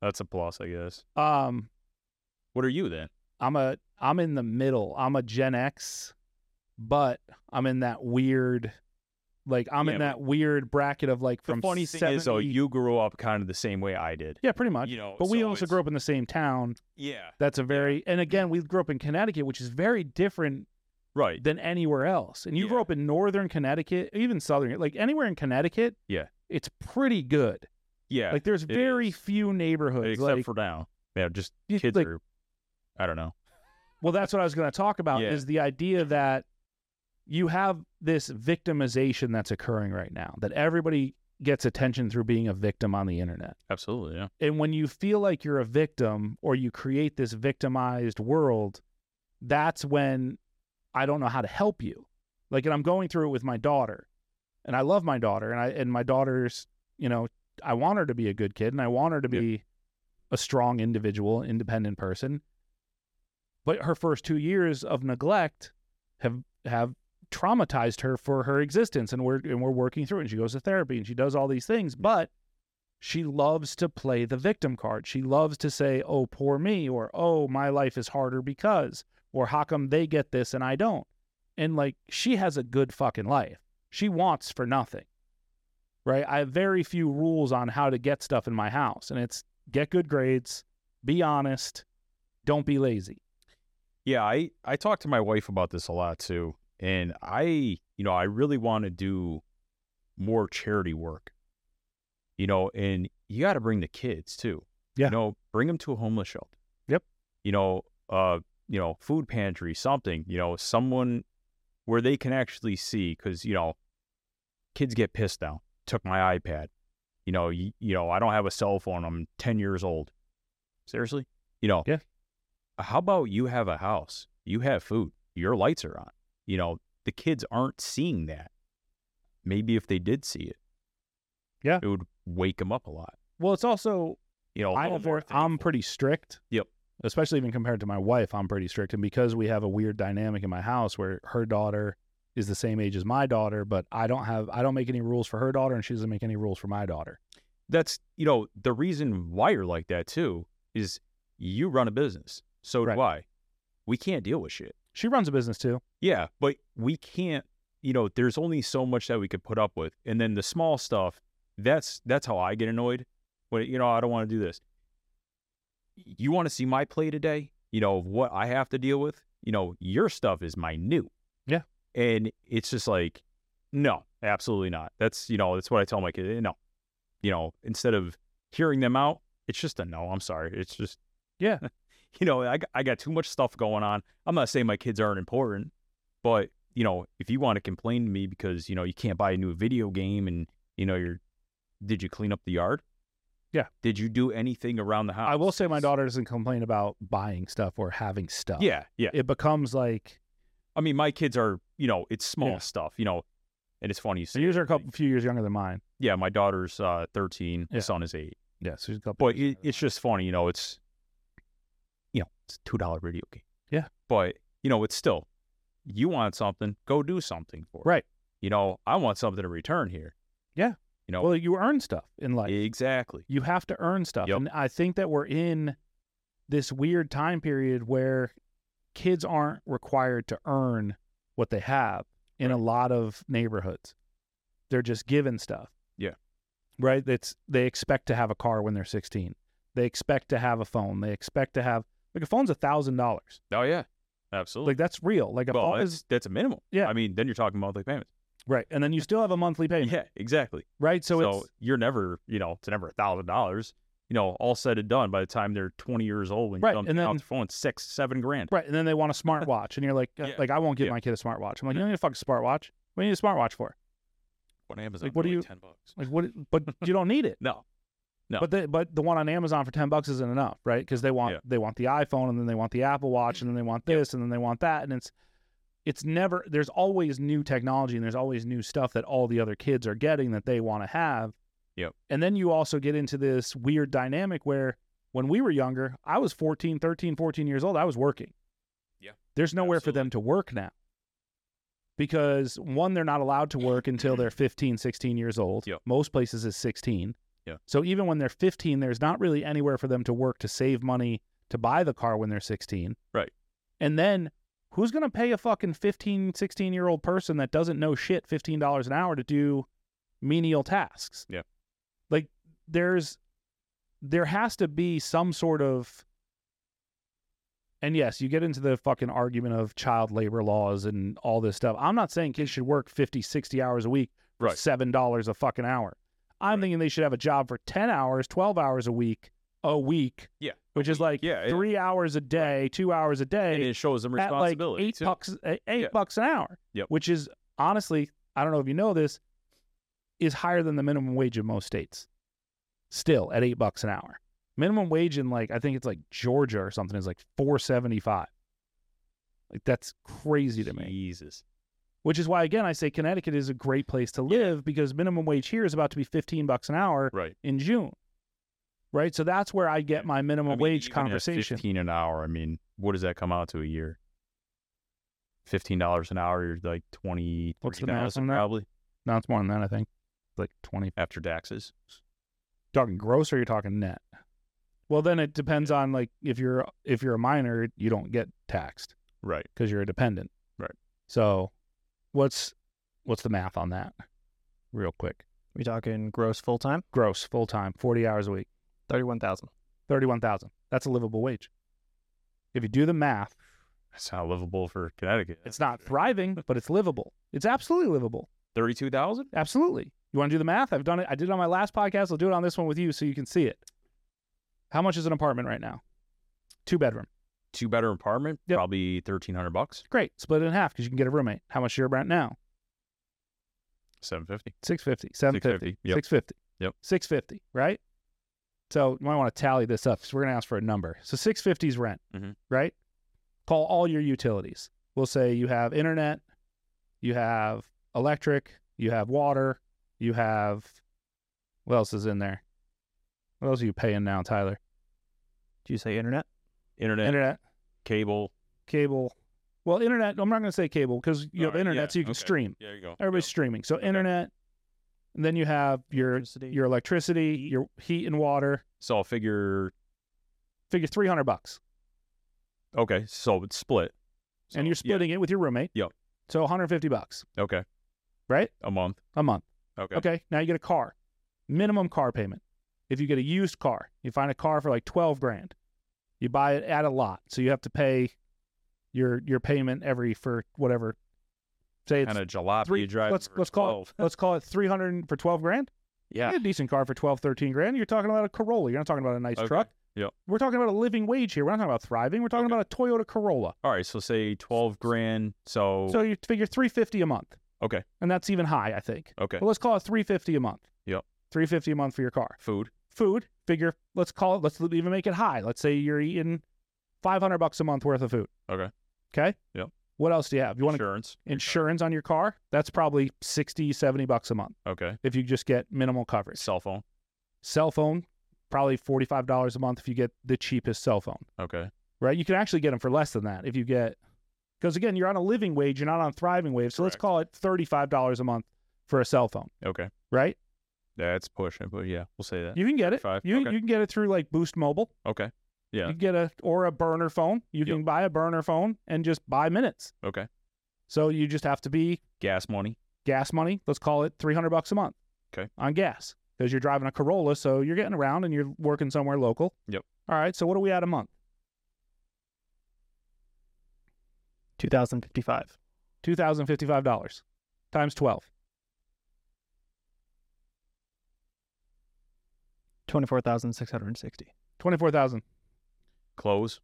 [SPEAKER 2] that's a plus i guess
[SPEAKER 3] Um
[SPEAKER 2] what are you then
[SPEAKER 3] I'm a I'm in the middle. I'm a Gen X, but I'm in that weird like I'm
[SPEAKER 2] Yeah,
[SPEAKER 3] in that weird bracket of like from
[SPEAKER 2] the funny thing is though
[SPEAKER 3] 70
[SPEAKER 2] you grew up kind of the same way i did
[SPEAKER 3] Yeah, pretty much.
[SPEAKER 2] you know
[SPEAKER 3] but we
[SPEAKER 2] so
[SPEAKER 3] also
[SPEAKER 2] it's-
[SPEAKER 3] grew up in the same town.
[SPEAKER 2] yeah
[SPEAKER 3] That's a very and again we grew up in Connecticut, which is very different
[SPEAKER 2] right
[SPEAKER 3] than anywhere else. And you grew
[SPEAKER 2] Yeah.
[SPEAKER 3] up in northern Connecticut, even southern, like anywhere in Connecticut.
[SPEAKER 2] Yeah.
[SPEAKER 3] it's pretty good.
[SPEAKER 2] yeah
[SPEAKER 3] like there's
[SPEAKER 2] it
[SPEAKER 3] very
[SPEAKER 2] is.
[SPEAKER 3] few neighborhoods.
[SPEAKER 2] except
[SPEAKER 3] like,
[SPEAKER 2] for now yeah just
[SPEAKER 3] you-
[SPEAKER 2] kids
[SPEAKER 3] like-
[SPEAKER 2] are i don't know
[SPEAKER 3] well, that's what I was going to talk about
[SPEAKER 2] Yeah.
[SPEAKER 3] is the idea that you have this victimization that's occurring right now. That everybody gets attention through being a victim on the internet.
[SPEAKER 2] absolutely yeah
[SPEAKER 3] And when you feel like you're a victim or you create this victimized world, that's when I don't know how to help you. Like, and I'm going through it with my daughter, and I love my daughter, and I and my daughter's, you know, I want her to be a good kid, and I want her to
[SPEAKER 2] Yeah.
[SPEAKER 3] be a strong individual, independent person. But her first two years of neglect have have traumatized her for her existence, and we're and we're working through it. And she goes to therapy, and she does all these things, but she loves to play the victim card. She loves to say, oh, poor me, or oh, my life is harder because, or how come they get this and I don't? And like, she has a good fucking life. She wants for nothing, right? I have very few rules on how to get stuff in my house, and it's get good grades, be honest, don't be lazy.
[SPEAKER 2] yeah i i talk to my wife about this a lot too and i you know i really want to do more charity work you know and you got to bring the kids too
[SPEAKER 3] Yeah.
[SPEAKER 2] you know bring them to a homeless shelter
[SPEAKER 3] Yep.
[SPEAKER 2] you know uh you know food pantry something you know someone where they can actually see because you know kids get pissed now took my ipad you know you, you know i don't have a cell phone i'm 10 years old seriously you know
[SPEAKER 3] Yeah.
[SPEAKER 2] how about you have a house you have food your lights are on you know the kids aren't seeing that maybe if they did see it
[SPEAKER 3] Yeah.
[SPEAKER 2] it would wake them up a lot
[SPEAKER 3] Well, it's also,
[SPEAKER 2] you know Um, a
[SPEAKER 3] I
[SPEAKER 2] little
[SPEAKER 3] have,
[SPEAKER 2] more
[SPEAKER 3] I'm
[SPEAKER 2] thankful.
[SPEAKER 3] pretty strict.
[SPEAKER 2] Yep.
[SPEAKER 3] Especially even compared to my wife, I'm pretty strict. And because we have a weird dynamic in my house where her daughter is the same age as my daughter, but I don't have, I don't make any rules for her daughter and she doesn't make any rules for my daughter.
[SPEAKER 2] that's you know the reason why you're like that too is you run a business so
[SPEAKER 3] Right.
[SPEAKER 2] do i we can't deal with shit
[SPEAKER 3] She runs a business too.
[SPEAKER 2] yeah but we can't you know there's only so much that we could put up with and then the small stuff that's that's how i get annoyed when you know i don't want to do this you want to see my play today you know of what i have to deal with you know your stuff is minute
[SPEAKER 3] Yeah.
[SPEAKER 2] and it's just like no absolutely not that's you know that's what i tell my kid "Eh, no you know instead of hearing them out it's just a no i'm sorry it's just
[SPEAKER 3] Yeah.
[SPEAKER 2] you know I, g- I got too much stuff going on i'm not saying my kids aren't important but you know if you want to complain to me because you know you can't buy a new video game and you know you're did you clean up the yard
[SPEAKER 3] Yeah.
[SPEAKER 2] did you do anything around the house
[SPEAKER 3] I will say my
[SPEAKER 2] It's-
[SPEAKER 3] daughter doesn't complain about buying stuff or having stuff.
[SPEAKER 2] yeah yeah
[SPEAKER 3] It becomes like,
[SPEAKER 2] i mean my kids are you know it's small
[SPEAKER 3] Yeah.
[SPEAKER 2] stuff you know and it's funny you
[SPEAKER 3] so
[SPEAKER 2] say
[SPEAKER 3] yours
[SPEAKER 2] that,
[SPEAKER 3] are a
[SPEAKER 2] like,
[SPEAKER 3] couple, few years younger than mine.
[SPEAKER 2] yeah my daughter's uh 13
[SPEAKER 3] Yeah.
[SPEAKER 2] son is 8
[SPEAKER 3] Yeah. So she's a couple.
[SPEAKER 2] But
[SPEAKER 3] years
[SPEAKER 2] it,
[SPEAKER 3] younger than
[SPEAKER 2] it's just funny, you know. It's you know, it's a two dollar video game.
[SPEAKER 3] Yeah.
[SPEAKER 2] But you know, it's still you want something, go do something for it.
[SPEAKER 3] mine. right.
[SPEAKER 2] You know, I want something in return here.
[SPEAKER 3] Yeah.
[SPEAKER 2] You know,
[SPEAKER 3] Well, you earn stuff in life.
[SPEAKER 2] exactly.
[SPEAKER 3] You have to earn stuff.
[SPEAKER 2] Yep.
[SPEAKER 3] And I think that we're in this weird time period where kids aren't required to earn what they have in a lot of neighborhoods. They're just given stuff.
[SPEAKER 2] Yeah.
[SPEAKER 3] Right? That's they expect to have a car when they're 16. They expect to have a phone. They expect to have like a phone's a thousand dollars.
[SPEAKER 2] Oh yeah, absolutely.
[SPEAKER 3] Like that's real. Like a
[SPEAKER 2] well,
[SPEAKER 3] phone
[SPEAKER 2] that's,
[SPEAKER 3] is
[SPEAKER 2] that's a minimum.
[SPEAKER 3] Yeah.
[SPEAKER 2] I mean, then you're talking monthly payments.
[SPEAKER 3] right, and then you still have a monthly payment.
[SPEAKER 2] Yeah, exactly.
[SPEAKER 3] Right. So,
[SPEAKER 2] So,
[SPEAKER 3] it's
[SPEAKER 2] you're never, you know, it's never a thousand dollars. You know, all said and done, by the time they're 20 years old, when
[SPEAKER 3] Right,
[SPEAKER 2] you dump
[SPEAKER 3] and
[SPEAKER 2] out
[SPEAKER 3] then-
[SPEAKER 2] the phone, it's six, seven grand.
[SPEAKER 3] right, and then they want a smartwatch, and you're like,
[SPEAKER 2] Yeah.
[SPEAKER 3] like I won't give
[SPEAKER 2] Yeah.
[SPEAKER 3] my kid a smartwatch. I'm like, you don't need a fucking smartwatch. What do you need a smartwatch for?
[SPEAKER 2] On Amazon,
[SPEAKER 3] Like, what do
[SPEAKER 2] they're
[SPEAKER 3] you-
[SPEAKER 2] Ten bucks.
[SPEAKER 3] Like what? But you don't need it.
[SPEAKER 2] No, No.
[SPEAKER 3] But the but the one on Amazon for ten bucks isn't enough, right? Because they want
[SPEAKER 2] Yeah.
[SPEAKER 3] they want the iPhone and then they want the Apple Watch and then they want this and then they want that and it's it's never there's always new technology and there's always new stuff that all the other kids are getting that they want to have.
[SPEAKER 2] Yep.
[SPEAKER 3] And then you also get into this weird dynamic where when we were younger, I was 14, 13, 14 years old, I was working.
[SPEAKER 2] Yeah.
[SPEAKER 3] There's nowhere for them to work now. Because one they're not allowed to work until they're 15, 16 years old.
[SPEAKER 2] Yep.
[SPEAKER 3] Most places is 16.
[SPEAKER 2] Yeah.
[SPEAKER 3] So even when they're 15, there's not really anywhere for them to work to save money to buy the car when they're 16.
[SPEAKER 2] Right.
[SPEAKER 3] And then who's going to pay a fucking 15, 16 year old person that doesn't know shit $15 an hour to do menial tasks?
[SPEAKER 2] Yeah.
[SPEAKER 3] Like there's, there has to be some sort of, and yes, you get into the fucking argument of child labor laws and all this stuff. I'm not saying kids should work 50, 60 hours a week for
[SPEAKER 2] Right.
[SPEAKER 3] $7 a fucking hour. I'm
[SPEAKER 2] Right.
[SPEAKER 3] thinking they should have a job for 10 hours, 12 hours a week, a week,
[SPEAKER 2] Yeah,
[SPEAKER 3] which is like
[SPEAKER 2] yeah, it-
[SPEAKER 3] three hours a day, two hours a
[SPEAKER 2] and
[SPEAKER 3] day
[SPEAKER 2] it shows them
[SPEAKER 3] at like
[SPEAKER 2] responsibility
[SPEAKER 3] eight
[SPEAKER 2] too.
[SPEAKER 3] bucks, eh, eight
[SPEAKER 2] Yeah.
[SPEAKER 3] bucks an hour,
[SPEAKER 2] Yep.
[SPEAKER 3] which is honestly, I don't know if you know this, is higher than the minimum wage in most states. Still at eight bucks an hour, minimum wage in like I think it's like Georgia or something is like four seventy five. Like that's crazy to me.
[SPEAKER 2] Jesus.
[SPEAKER 3] Which is why again I say Connecticut is a great place to live because minimum wage here is about to be fifteen bucks an hour
[SPEAKER 2] Right.
[SPEAKER 3] in June. Right? So that's where I get my
[SPEAKER 2] I
[SPEAKER 3] minimum
[SPEAKER 2] mean,
[SPEAKER 3] wage
[SPEAKER 2] even at
[SPEAKER 3] conversation.
[SPEAKER 2] 15 an hour. I mean, what does that come out to a year? Fifteen dollars an hour. You're like twenty.
[SPEAKER 3] What's the math on that?
[SPEAKER 2] Probably
[SPEAKER 3] No, it's more than that, I think. It's like 20.
[SPEAKER 2] after taxes.
[SPEAKER 3] Talking gross or you're talking net? Well, then it depends on like if you're if you're a minor, you don't get taxed
[SPEAKER 2] Right.
[SPEAKER 3] because you're a dependent.
[SPEAKER 2] Right.
[SPEAKER 3] So, what's what's the math on that? Real quick.
[SPEAKER 1] We talking gross full time?
[SPEAKER 3] Gross, full time, 40 hours a week,
[SPEAKER 1] Thirty-one thousand.
[SPEAKER 3] 31,000. That's a livable wage. If you do the math,
[SPEAKER 2] That's not livable for Connecticut.
[SPEAKER 3] it's not thriving, but it's livable. It's absolutely livable.
[SPEAKER 2] thirty-two thousand.
[SPEAKER 3] Absolutely. You want to do the math? I've done it. I did it on my last podcast. I'll do it on this one with you so you can see it. How much is an apartment right now? Two bedroom.
[SPEAKER 2] Two better apartment.
[SPEAKER 3] Yep.
[SPEAKER 2] Probably thirteen hundred bucks.
[SPEAKER 3] Great. Split it in half because you can get a roommate. How much is your rent now?
[SPEAKER 2] Seven fifty.
[SPEAKER 3] 650, 750,
[SPEAKER 2] 650, yep.
[SPEAKER 3] 650.
[SPEAKER 2] Yep.
[SPEAKER 3] 650, right? So you might want to tally this up because we're going to ask for a number. So 650 is rent,
[SPEAKER 2] Mhm.
[SPEAKER 3] right? Call all your utilities. We'll say you have internet, you have electric, you have water, you have what else is in there? What else are you paying now, Tyler?
[SPEAKER 1] Do you say internet?
[SPEAKER 2] Internet,
[SPEAKER 3] Internet,
[SPEAKER 2] cable.
[SPEAKER 3] cable. Well, internet, I'm not going to say cable because you have
[SPEAKER 2] Alright,
[SPEAKER 3] internet
[SPEAKER 2] yeah,
[SPEAKER 3] so you can
[SPEAKER 2] okay.
[SPEAKER 3] stream.
[SPEAKER 2] There you go.
[SPEAKER 3] Everybody's streaming. So internet, and then you have your
[SPEAKER 1] Electricity.
[SPEAKER 3] your electricity, your heat and water.
[SPEAKER 2] So I'll figure.
[SPEAKER 3] Figure three hundred bucks,
[SPEAKER 2] Okay, so it's split. So,
[SPEAKER 3] and you're splitting it with your roommate.
[SPEAKER 2] Yep.
[SPEAKER 3] So one hundred fifty bucks,
[SPEAKER 2] Yeah, okay,
[SPEAKER 3] right?
[SPEAKER 2] a month.
[SPEAKER 3] A month.
[SPEAKER 2] Okay.
[SPEAKER 3] Okay. Now you get a car, minimum car payment. If you get a used car, you find a car for like twelve grand. You buy it at a lot, so you have to pay your your payment every for whatever. Say it's
[SPEAKER 2] Kind of jalopy
[SPEAKER 3] three.
[SPEAKER 2] drive.
[SPEAKER 3] Let's let's call it, let's call it three hundred for twelve grand.
[SPEAKER 2] Yeah.
[SPEAKER 3] You get a decent car for 12, 13 grand. You're talking about a Corolla. You're not talking about a nice
[SPEAKER 2] Okay.
[SPEAKER 3] truck.
[SPEAKER 2] Yep.
[SPEAKER 3] We're talking about a living wage here. We're not talking about thriving. We're talking
[SPEAKER 2] Okay.
[SPEAKER 3] about a Toyota Corolla.
[SPEAKER 2] All right, so say twelve grand. So,
[SPEAKER 3] So you figure 350 a month.
[SPEAKER 2] Okay.
[SPEAKER 3] And that's even high, I think.
[SPEAKER 2] okay,
[SPEAKER 3] Well, let's call it 350 a month.
[SPEAKER 2] Yep.
[SPEAKER 3] 350 a month for your car.
[SPEAKER 2] food.
[SPEAKER 3] Food, figure, let's call it, let's even make it high. Let's say you're eating 500 bucks a month worth of food.
[SPEAKER 2] Okay.
[SPEAKER 3] Okay?
[SPEAKER 2] Yep.
[SPEAKER 3] What else do you have? You want to
[SPEAKER 2] insurance.
[SPEAKER 3] insurance on your car? That's probably 60, 70 bucks a month
[SPEAKER 2] uh, Okay.
[SPEAKER 3] if you just get minimal coverage.
[SPEAKER 2] Cell phone.
[SPEAKER 3] cell phone probably $45 a month if you get the cheapest cell phone
[SPEAKER 2] Okay.
[SPEAKER 3] right you can actually get them for less than that if you get because again you're on a living wage you're not on thriving wage so let's
[SPEAKER 2] Correct.
[SPEAKER 3] call it $35 a month for a cell phone
[SPEAKER 2] Okay.
[SPEAKER 3] right
[SPEAKER 2] That's pushing, but yeah, we'll say that.
[SPEAKER 3] you can get it
[SPEAKER 2] 35,
[SPEAKER 3] you,
[SPEAKER 2] okay.
[SPEAKER 3] you can get it through like boost mobile
[SPEAKER 2] Okay. Yeah.
[SPEAKER 3] you can get a or a burner phone you
[SPEAKER 2] Yep.
[SPEAKER 3] can buy a burner phone and just buy minutes
[SPEAKER 2] Okay.
[SPEAKER 3] So you just have to be
[SPEAKER 2] Gas money.
[SPEAKER 3] gas money. Let's call it 300 bucks a month.
[SPEAKER 2] Okay.
[SPEAKER 3] On gas because you're driving a Corolla. So you're getting around and you're working somewhere local.
[SPEAKER 2] Yep.
[SPEAKER 3] All right. So what are we at a month?
[SPEAKER 1] 2055.
[SPEAKER 3] $2,055 times 12.
[SPEAKER 1] 24,660.
[SPEAKER 3] 24,000.
[SPEAKER 2] Close.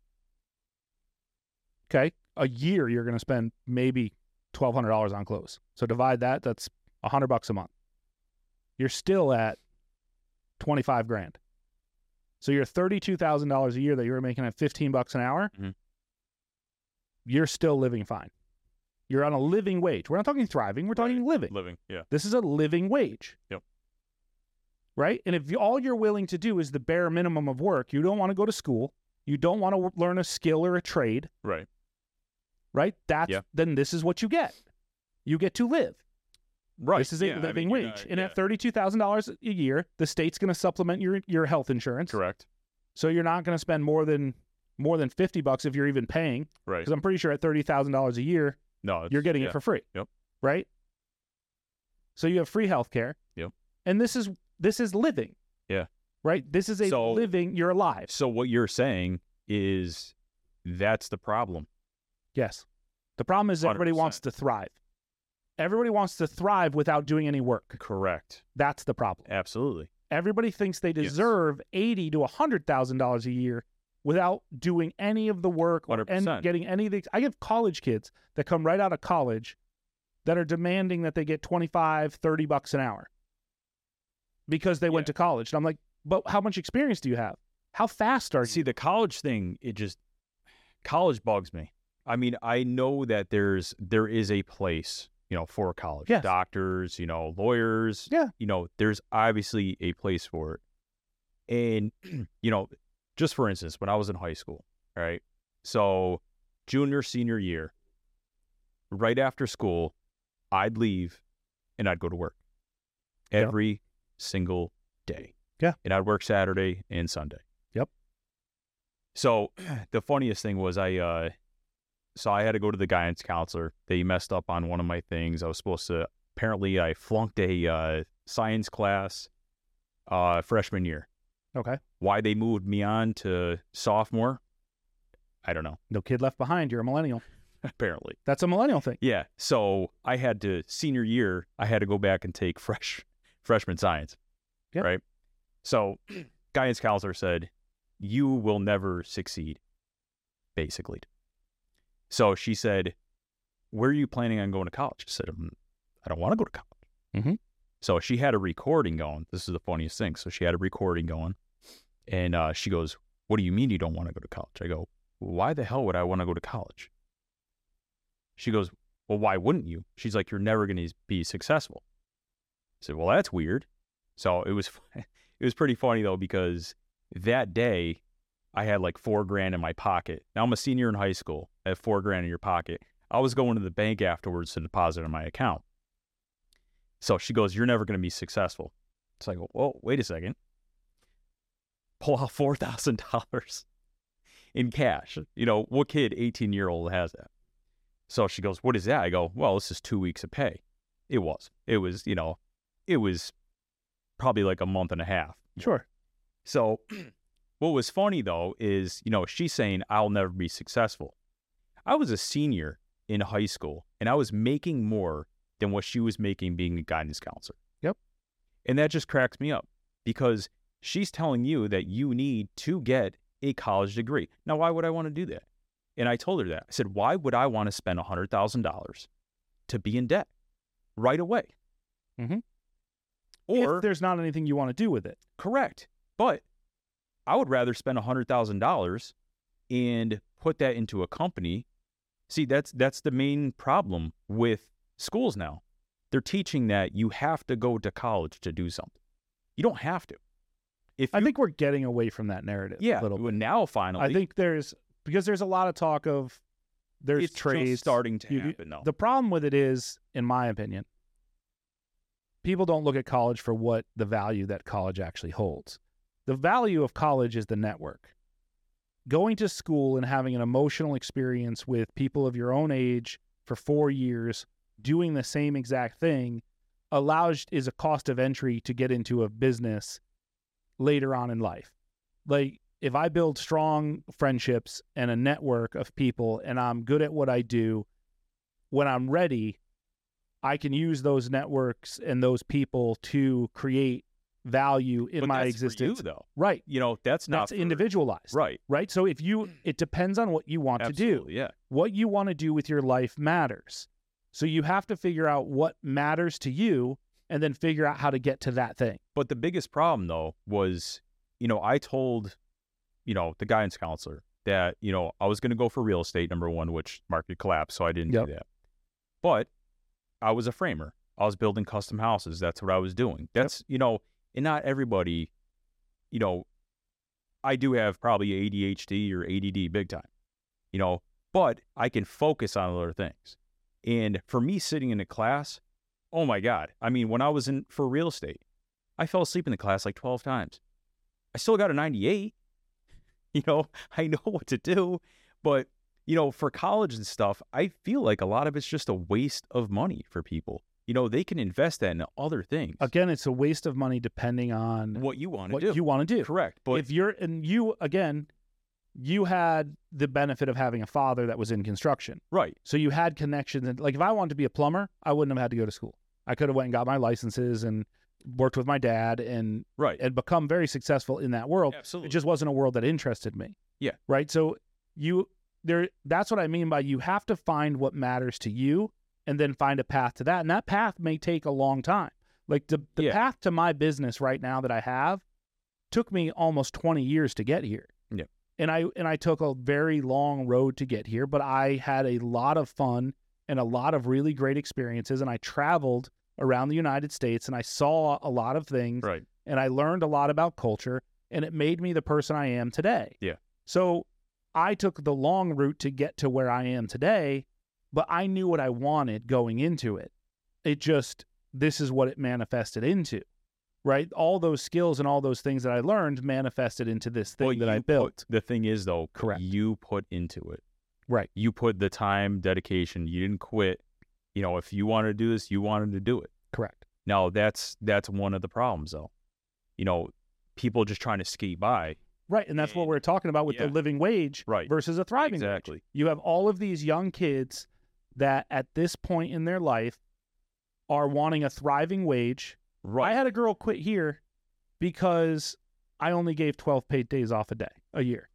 [SPEAKER 3] Okay. A year you're going to spend maybe $1,200 on clothes. So divide that. That's 100 bucks a month. You're still at 25 grand. So you're $32,000 a year that you were making at 15 bucks an hour.
[SPEAKER 2] Mhm.
[SPEAKER 3] You're still living fine. You're on a living wage. We're not talking thriving. We're talking living.
[SPEAKER 2] Living. Yeah.
[SPEAKER 3] This is a living wage.
[SPEAKER 2] Yep.
[SPEAKER 3] Right? And if you, all you're willing to do is the bare minimum of work, you don't want to go to school, you don't want to learn a skill or a trade,
[SPEAKER 2] Right.
[SPEAKER 3] right? That's
[SPEAKER 2] Yeah.
[SPEAKER 3] then this is what you get. You get to live.
[SPEAKER 2] Right.
[SPEAKER 3] This is
[SPEAKER 2] yeah,
[SPEAKER 3] a
[SPEAKER 2] I
[SPEAKER 3] living
[SPEAKER 2] mean,
[SPEAKER 3] wage.
[SPEAKER 2] you're not-
[SPEAKER 3] and
[SPEAKER 2] yeah.
[SPEAKER 3] at $32,000 a year, the state's going to supplement your your health insurance.
[SPEAKER 2] Correct.
[SPEAKER 3] So you're not going to spend more than more than 50 bucks if you're even paying
[SPEAKER 2] Right.
[SPEAKER 3] because I'm pretty sure at $30,000 a year,
[SPEAKER 2] No. it's-
[SPEAKER 3] you're getting
[SPEAKER 2] yeah.
[SPEAKER 3] it for free.
[SPEAKER 2] Yep.
[SPEAKER 3] Right? So you have free health care.
[SPEAKER 2] Yep.
[SPEAKER 3] And this is this is living.
[SPEAKER 2] Yeah.
[SPEAKER 3] Right? This is a
[SPEAKER 2] So-
[SPEAKER 3] living you're alive.
[SPEAKER 2] So what you're saying is that's the problem.
[SPEAKER 3] Yes. The problem is everybody
[SPEAKER 2] 100%.
[SPEAKER 3] wants to thrive. Everybody wants to thrive without doing any work.
[SPEAKER 2] Correct.
[SPEAKER 3] That's the problem.
[SPEAKER 2] Absolutely.
[SPEAKER 3] Everybody thinks they
[SPEAKER 2] Yes.
[SPEAKER 3] deserve eighty to hundred thousand dollars a year without doing any of the work or and
[SPEAKER 2] 100%.
[SPEAKER 3] getting any of the I give college kids that come right out of college that are demanding that they get 25, 30 bucks an hour because they went
[SPEAKER 2] Yeah.
[SPEAKER 3] to college. And I'm like, but how much experience do you have? How fast are you?
[SPEAKER 2] See, the college thing, it just college bugs me. I mean, I know that there's there is a place, you know, for college.
[SPEAKER 3] Yes.
[SPEAKER 2] Doctors, you know, lawyers.
[SPEAKER 3] Yeah.
[SPEAKER 2] You know, there's obviously a place for it. And, you know, just for instance, when I was in high school, all right. So junior, senior year, right after school, I'd leave and I'd go to work
[SPEAKER 3] Yeah.
[SPEAKER 2] every single day.
[SPEAKER 3] Yeah.
[SPEAKER 2] And I'd work Saturday and Sunday.
[SPEAKER 3] Yep.
[SPEAKER 2] So the funniest thing was I uh so I had to go to the guidance counselor. They messed up on one of my things. I was supposed to apparently I flunked a uh science class uh freshman year.
[SPEAKER 3] okay.
[SPEAKER 2] Why they moved me on to sophomore, I don't know,
[SPEAKER 3] No kid left behind. You're a millennial.
[SPEAKER 2] apparently.
[SPEAKER 3] That's a millennial thing.
[SPEAKER 2] Yeah. So I had to senior year, I had to go back and take fresh freshman science.
[SPEAKER 3] Yep.
[SPEAKER 2] Right. So guidance counselor said, You will never succeed, basically. So she said, Where are you planning on going to college? I said, "Mm, I don't want to go to college.
[SPEAKER 3] Mhm.
[SPEAKER 2] So she had a recording going. This is the funniest thing. So she had a recording going. And uh, she goes, What do you mean you don't want to go to college? I go, Why the hell would I want to go to college? She goes, well, why wouldn't you? She's like, you're never going to be successful. I said, well, that's weird. So it was, it was pretty funny though because that day I had like four grand in my pocket. Now I'm a senior in high school. I have four grand in your pocket. I was going to the bank afterwards to deposit on my account. So she goes, you're never going to be successful. It's like, well, wait a second. Pull out four thousand dollars in cash. You know what kid, eighteen year old, has that? So she goes, What is that? I go, Well, this is two weeks of pay. It was. It was, you know, it was probably like a month and a half.
[SPEAKER 3] Sure.
[SPEAKER 2] So what was funny though is, you know, she's saying, I'll never be successful. I was a senior in high school and I was making more than what she was making being a guidance counselor.
[SPEAKER 3] Yep.
[SPEAKER 2] And that just cracks me up because she's telling you that you need to get a college degree. Now, why would I want to do that? And I told her that. I said, why would I want to spend $100,000 to be in debt right away?
[SPEAKER 3] Mhm.
[SPEAKER 2] Or
[SPEAKER 3] if there's not anything you want to do with it.
[SPEAKER 2] Correct. But I would rather spend $100,000 and put that into a company. See, that's that's the main problem with schools now. They're teaching that you have to go to college to do something. You don't have to. If
[SPEAKER 3] I
[SPEAKER 2] you-
[SPEAKER 3] think we're getting away from that narrative
[SPEAKER 2] yeah,
[SPEAKER 3] a little
[SPEAKER 2] well, now finally
[SPEAKER 3] I think there's because there's a lot of talk of there's
[SPEAKER 2] it's just
[SPEAKER 3] trades
[SPEAKER 2] starting to
[SPEAKER 3] You-
[SPEAKER 2] happen now.
[SPEAKER 3] The problem with it is, in my opinion, people don't look at college for what the value that college actually holds. The value of college is the network. Going to school and having an emotional experience with people of your own age for four years doing the same exact thing allows is a cost of entry to get into a business later on in life. Like if I build strong friendships and a network of people and I'm good at what I do, when I'm ready, I can use those networks and those people to create value in
[SPEAKER 2] But
[SPEAKER 3] my
[SPEAKER 2] that's for you,
[SPEAKER 3] existence.
[SPEAKER 2] though.
[SPEAKER 3] right.
[SPEAKER 2] You know, that's not
[SPEAKER 3] That's
[SPEAKER 2] for-
[SPEAKER 3] individualized.
[SPEAKER 2] Right.
[SPEAKER 3] Right. So if you, it depends on what you want to do
[SPEAKER 2] Absolutely. Yeah.
[SPEAKER 3] what you want to do with your life matters. So you have to figure out what matters to you and then figure out how to get to that thing.
[SPEAKER 2] But the biggest problem though was, you know, I told, you know, the guidance counselor that, you know, I was going to go for real estate number one, which market collapsed, so I didn't
[SPEAKER 3] Yep.
[SPEAKER 2] do that. But I was a framer. I was building custom houses. That's what I was doing. That's you know, and not everybody, you know, I do have probably ADHD or ADD big time, you know, but I can focus on other things. And for me, sitting in a class, oh my god! I mean, when I was in for real estate. I fell asleep in the class like 12 times. I still got a 98. You know, I know what to do, but you know, for college and stuff, I feel like a lot of it's just a waste of money for people. You know, they can invest that in other things.
[SPEAKER 3] Again, it's a waste of money depending on
[SPEAKER 2] What you want to
[SPEAKER 3] what
[SPEAKER 2] do.
[SPEAKER 3] you want to do.
[SPEAKER 2] Correct. But
[SPEAKER 3] if you're and you again, you had the benefit of having a father that was in construction.
[SPEAKER 2] right.
[SPEAKER 3] So you had connections and like if I wanted to be a plumber, I wouldn't have had to go to school. I could have went and got my licenses and worked with my dad and
[SPEAKER 2] Right.
[SPEAKER 3] and become very successful in that world.
[SPEAKER 2] Absolutely.
[SPEAKER 3] It just wasn't a world that interested me.
[SPEAKER 2] Yeah.
[SPEAKER 3] Right. So you there that's what I mean by you have to find what matters to you and then find a path to that. And that path may take a long time. Like the, the
[SPEAKER 2] Yeah.
[SPEAKER 3] path to my business right now that I have took me almost 20 years to get here.
[SPEAKER 2] Yeah.
[SPEAKER 3] And I and I took a very long road to get here, but I had a lot of fun and a lot of really great experiences and I traveled around the United States and I saw a lot of things
[SPEAKER 2] right.
[SPEAKER 3] and I learned a lot about culture and it made me the person I am today.
[SPEAKER 2] Yeah.
[SPEAKER 3] So I took the long route to get to where I am today, but I knew what I wanted going into it. It just this is what it manifested into. Right? All those skills and all those things that I learned manifested into this thing
[SPEAKER 2] Well,
[SPEAKER 3] that I
[SPEAKER 2] you put-
[SPEAKER 3] built.
[SPEAKER 2] the thing is though,
[SPEAKER 3] Correct.
[SPEAKER 2] you put into it.
[SPEAKER 3] Right.
[SPEAKER 2] You put the time, dedication, you didn't quit. You know, if you wanted to do this, you wanted to do it.
[SPEAKER 3] Correct.
[SPEAKER 2] Now that's that's one of the problems though. You know, people just trying to skate by.
[SPEAKER 3] Right. And that's what
[SPEAKER 2] And-
[SPEAKER 3] we're talking about with the
[SPEAKER 2] yeah.
[SPEAKER 3] living wage
[SPEAKER 2] Right.
[SPEAKER 3] versus a thriving wage.
[SPEAKER 2] exactly.
[SPEAKER 3] You have all of these young kids that at this point in their life are wanting a thriving wage
[SPEAKER 2] Right.
[SPEAKER 3] I had a girl quit here because I only gave 12 paid days off a day, a year.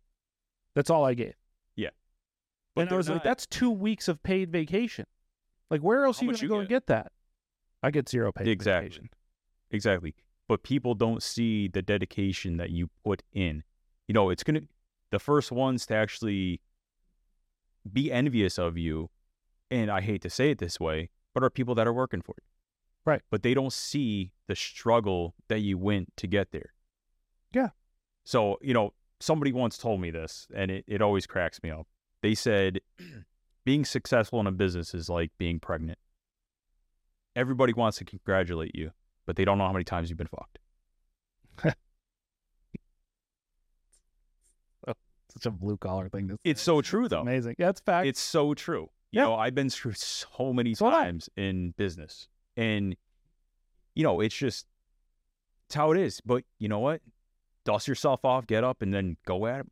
[SPEAKER 3] That's all I gave.
[SPEAKER 2] Yeah. But
[SPEAKER 3] But and I
[SPEAKER 2] they're
[SPEAKER 3] was like,
[SPEAKER 2] not-
[SPEAKER 3] that's two weeks of paid vacation. Like, where else
[SPEAKER 2] How
[SPEAKER 3] are you
[SPEAKER 2] much
[SPEAKER 3] going to
[SPEAKER 2] you
[SPEAKER 3] go and get that? I get zero paid
[SPEAKER 2] Exactly.
[SPEAKER 3] vacation.
[SPEAKER 2] exactly. But people don't see the dedication that you put in. You know, it's gonna the first ones to actually be envious of you, and I hate to say it this way, but are people that are working for you.
[SPEAKER 3] Right.
[SPEAKER 2] But they don't see the struggle that you went to get there.
[SPEAKER 3] Yeah.
[SPEAKER 2] So, you know, somebody once told me this, and it, it always cracks me up. They said being successful in a business is like being pregnant. Everybody wants to congratulate you, but they don't know how many times you've been fucked.
[SPEAKER 3] Such a blue collar thing. To
[SPEAKER 2] It's so true though.
[SPEAKER 3] amazing. Yeah, it's fact.
[SPEAKER 2] It's so true. You
[SPEAKER 3] Yeah.
[SPEAKER 2] know, I've been through so many
[SPEAKER 3] So have I.
[SPEAKER 2] times in business. And you know, it's just it's how it is. But you know what? Dust yourself off, get up, and then go at it.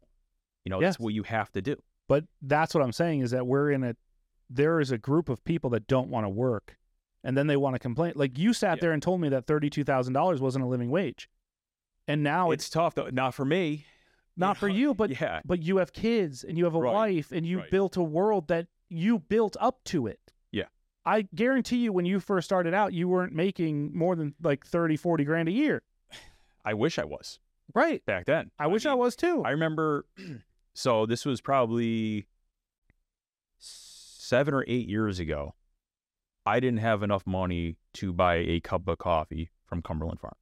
[SPEAKER 2] You know,
[SPEAKER 3] Yes.
[SPEAKER 2] that's what you have to do.
[SPEAKER 3] But that's what I'm saying is that we're in a there is a group of people that don't want to work and then they want to complain. Like you sat
[SPEAKER 2] Yeah.
[SPEAKER 3] there and told me that $32,000 wasn't a living wage. And now it's,
[SPEAKER 2] it's tough though. Not for me.
[SPEAKER 3] not for
[SPEAKER 2] know,
[SPEAKER 3] you, but
[SPEAKER 2] yeah.
[SPEAKER 3] but you have kids and you have a
[SPEAKER 2] Right,
[SPEAKER 3] wife and you
[SPEAKER 2] right.
[SPEAKER 3] built a world that you built up to it.
[SPEAKER 2] Yeah.
[SPEAKER 3] I guarantee you when you first started out, you weren't making more than like 30, 40 grand a year.
[SPEAKER 2] I wish I was
[SPEAKER 3] Right.
[SPEAKER 2] back then.
[SPEAKER 3] I, wish I
[SPEAKER 2] mean,
[SPEAKER 3] was too.
[SPEAKER 2] I remember so this was probably seven or eight years ago. I didn't have enough money to buy a cup of coffee from Cumberland Farm.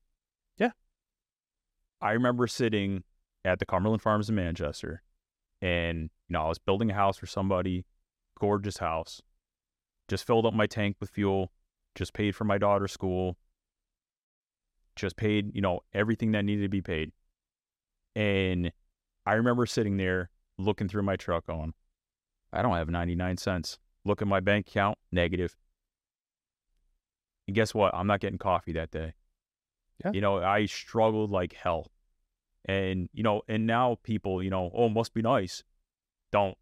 [SPEAKER 3] Yeah.
[SPEAKER 2] I remember sitting at the Cumberland Farms in Manchester and you know, I was building a house for somebody, gorgeous house. Just filled up my tank with fuel, just paid for my daughter's school, just paid, you know, everything that needed to be paid. And I remember sitting there looking through my truck going, I don't have 99 cents. Look at my bank account, negative. And guess what? I'm not getting coffee that day.
[SPEAKER 3] Yeah.
[SPEAKER 2] You know, I struggled like hell. And, you know, and now people, you know, oh, it must be nice. Don't.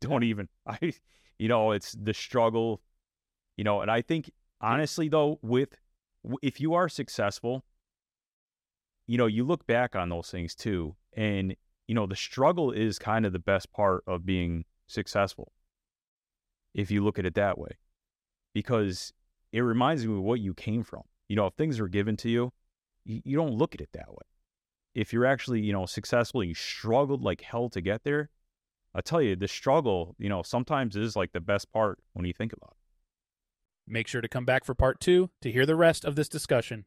[SPEAKER 2] Don't even. I, you know, it's the struggle, you know, and I think honestly, though, with w- if you are successful, you know, you look back on those things too. And, you know, the struggle is kind of the best part of being successful. If you look at it that way, because it reminds you of what you came from. You know, if things are given to you, you, you don't look at it that way. If you're actually, you know, successful, you struggled like hell to get there. I tell you, the struggle, you know, sometimes is like the best part when you think about it.
[SPEAKER 4] Make sure to come back for part two to hear the rest of this discussion.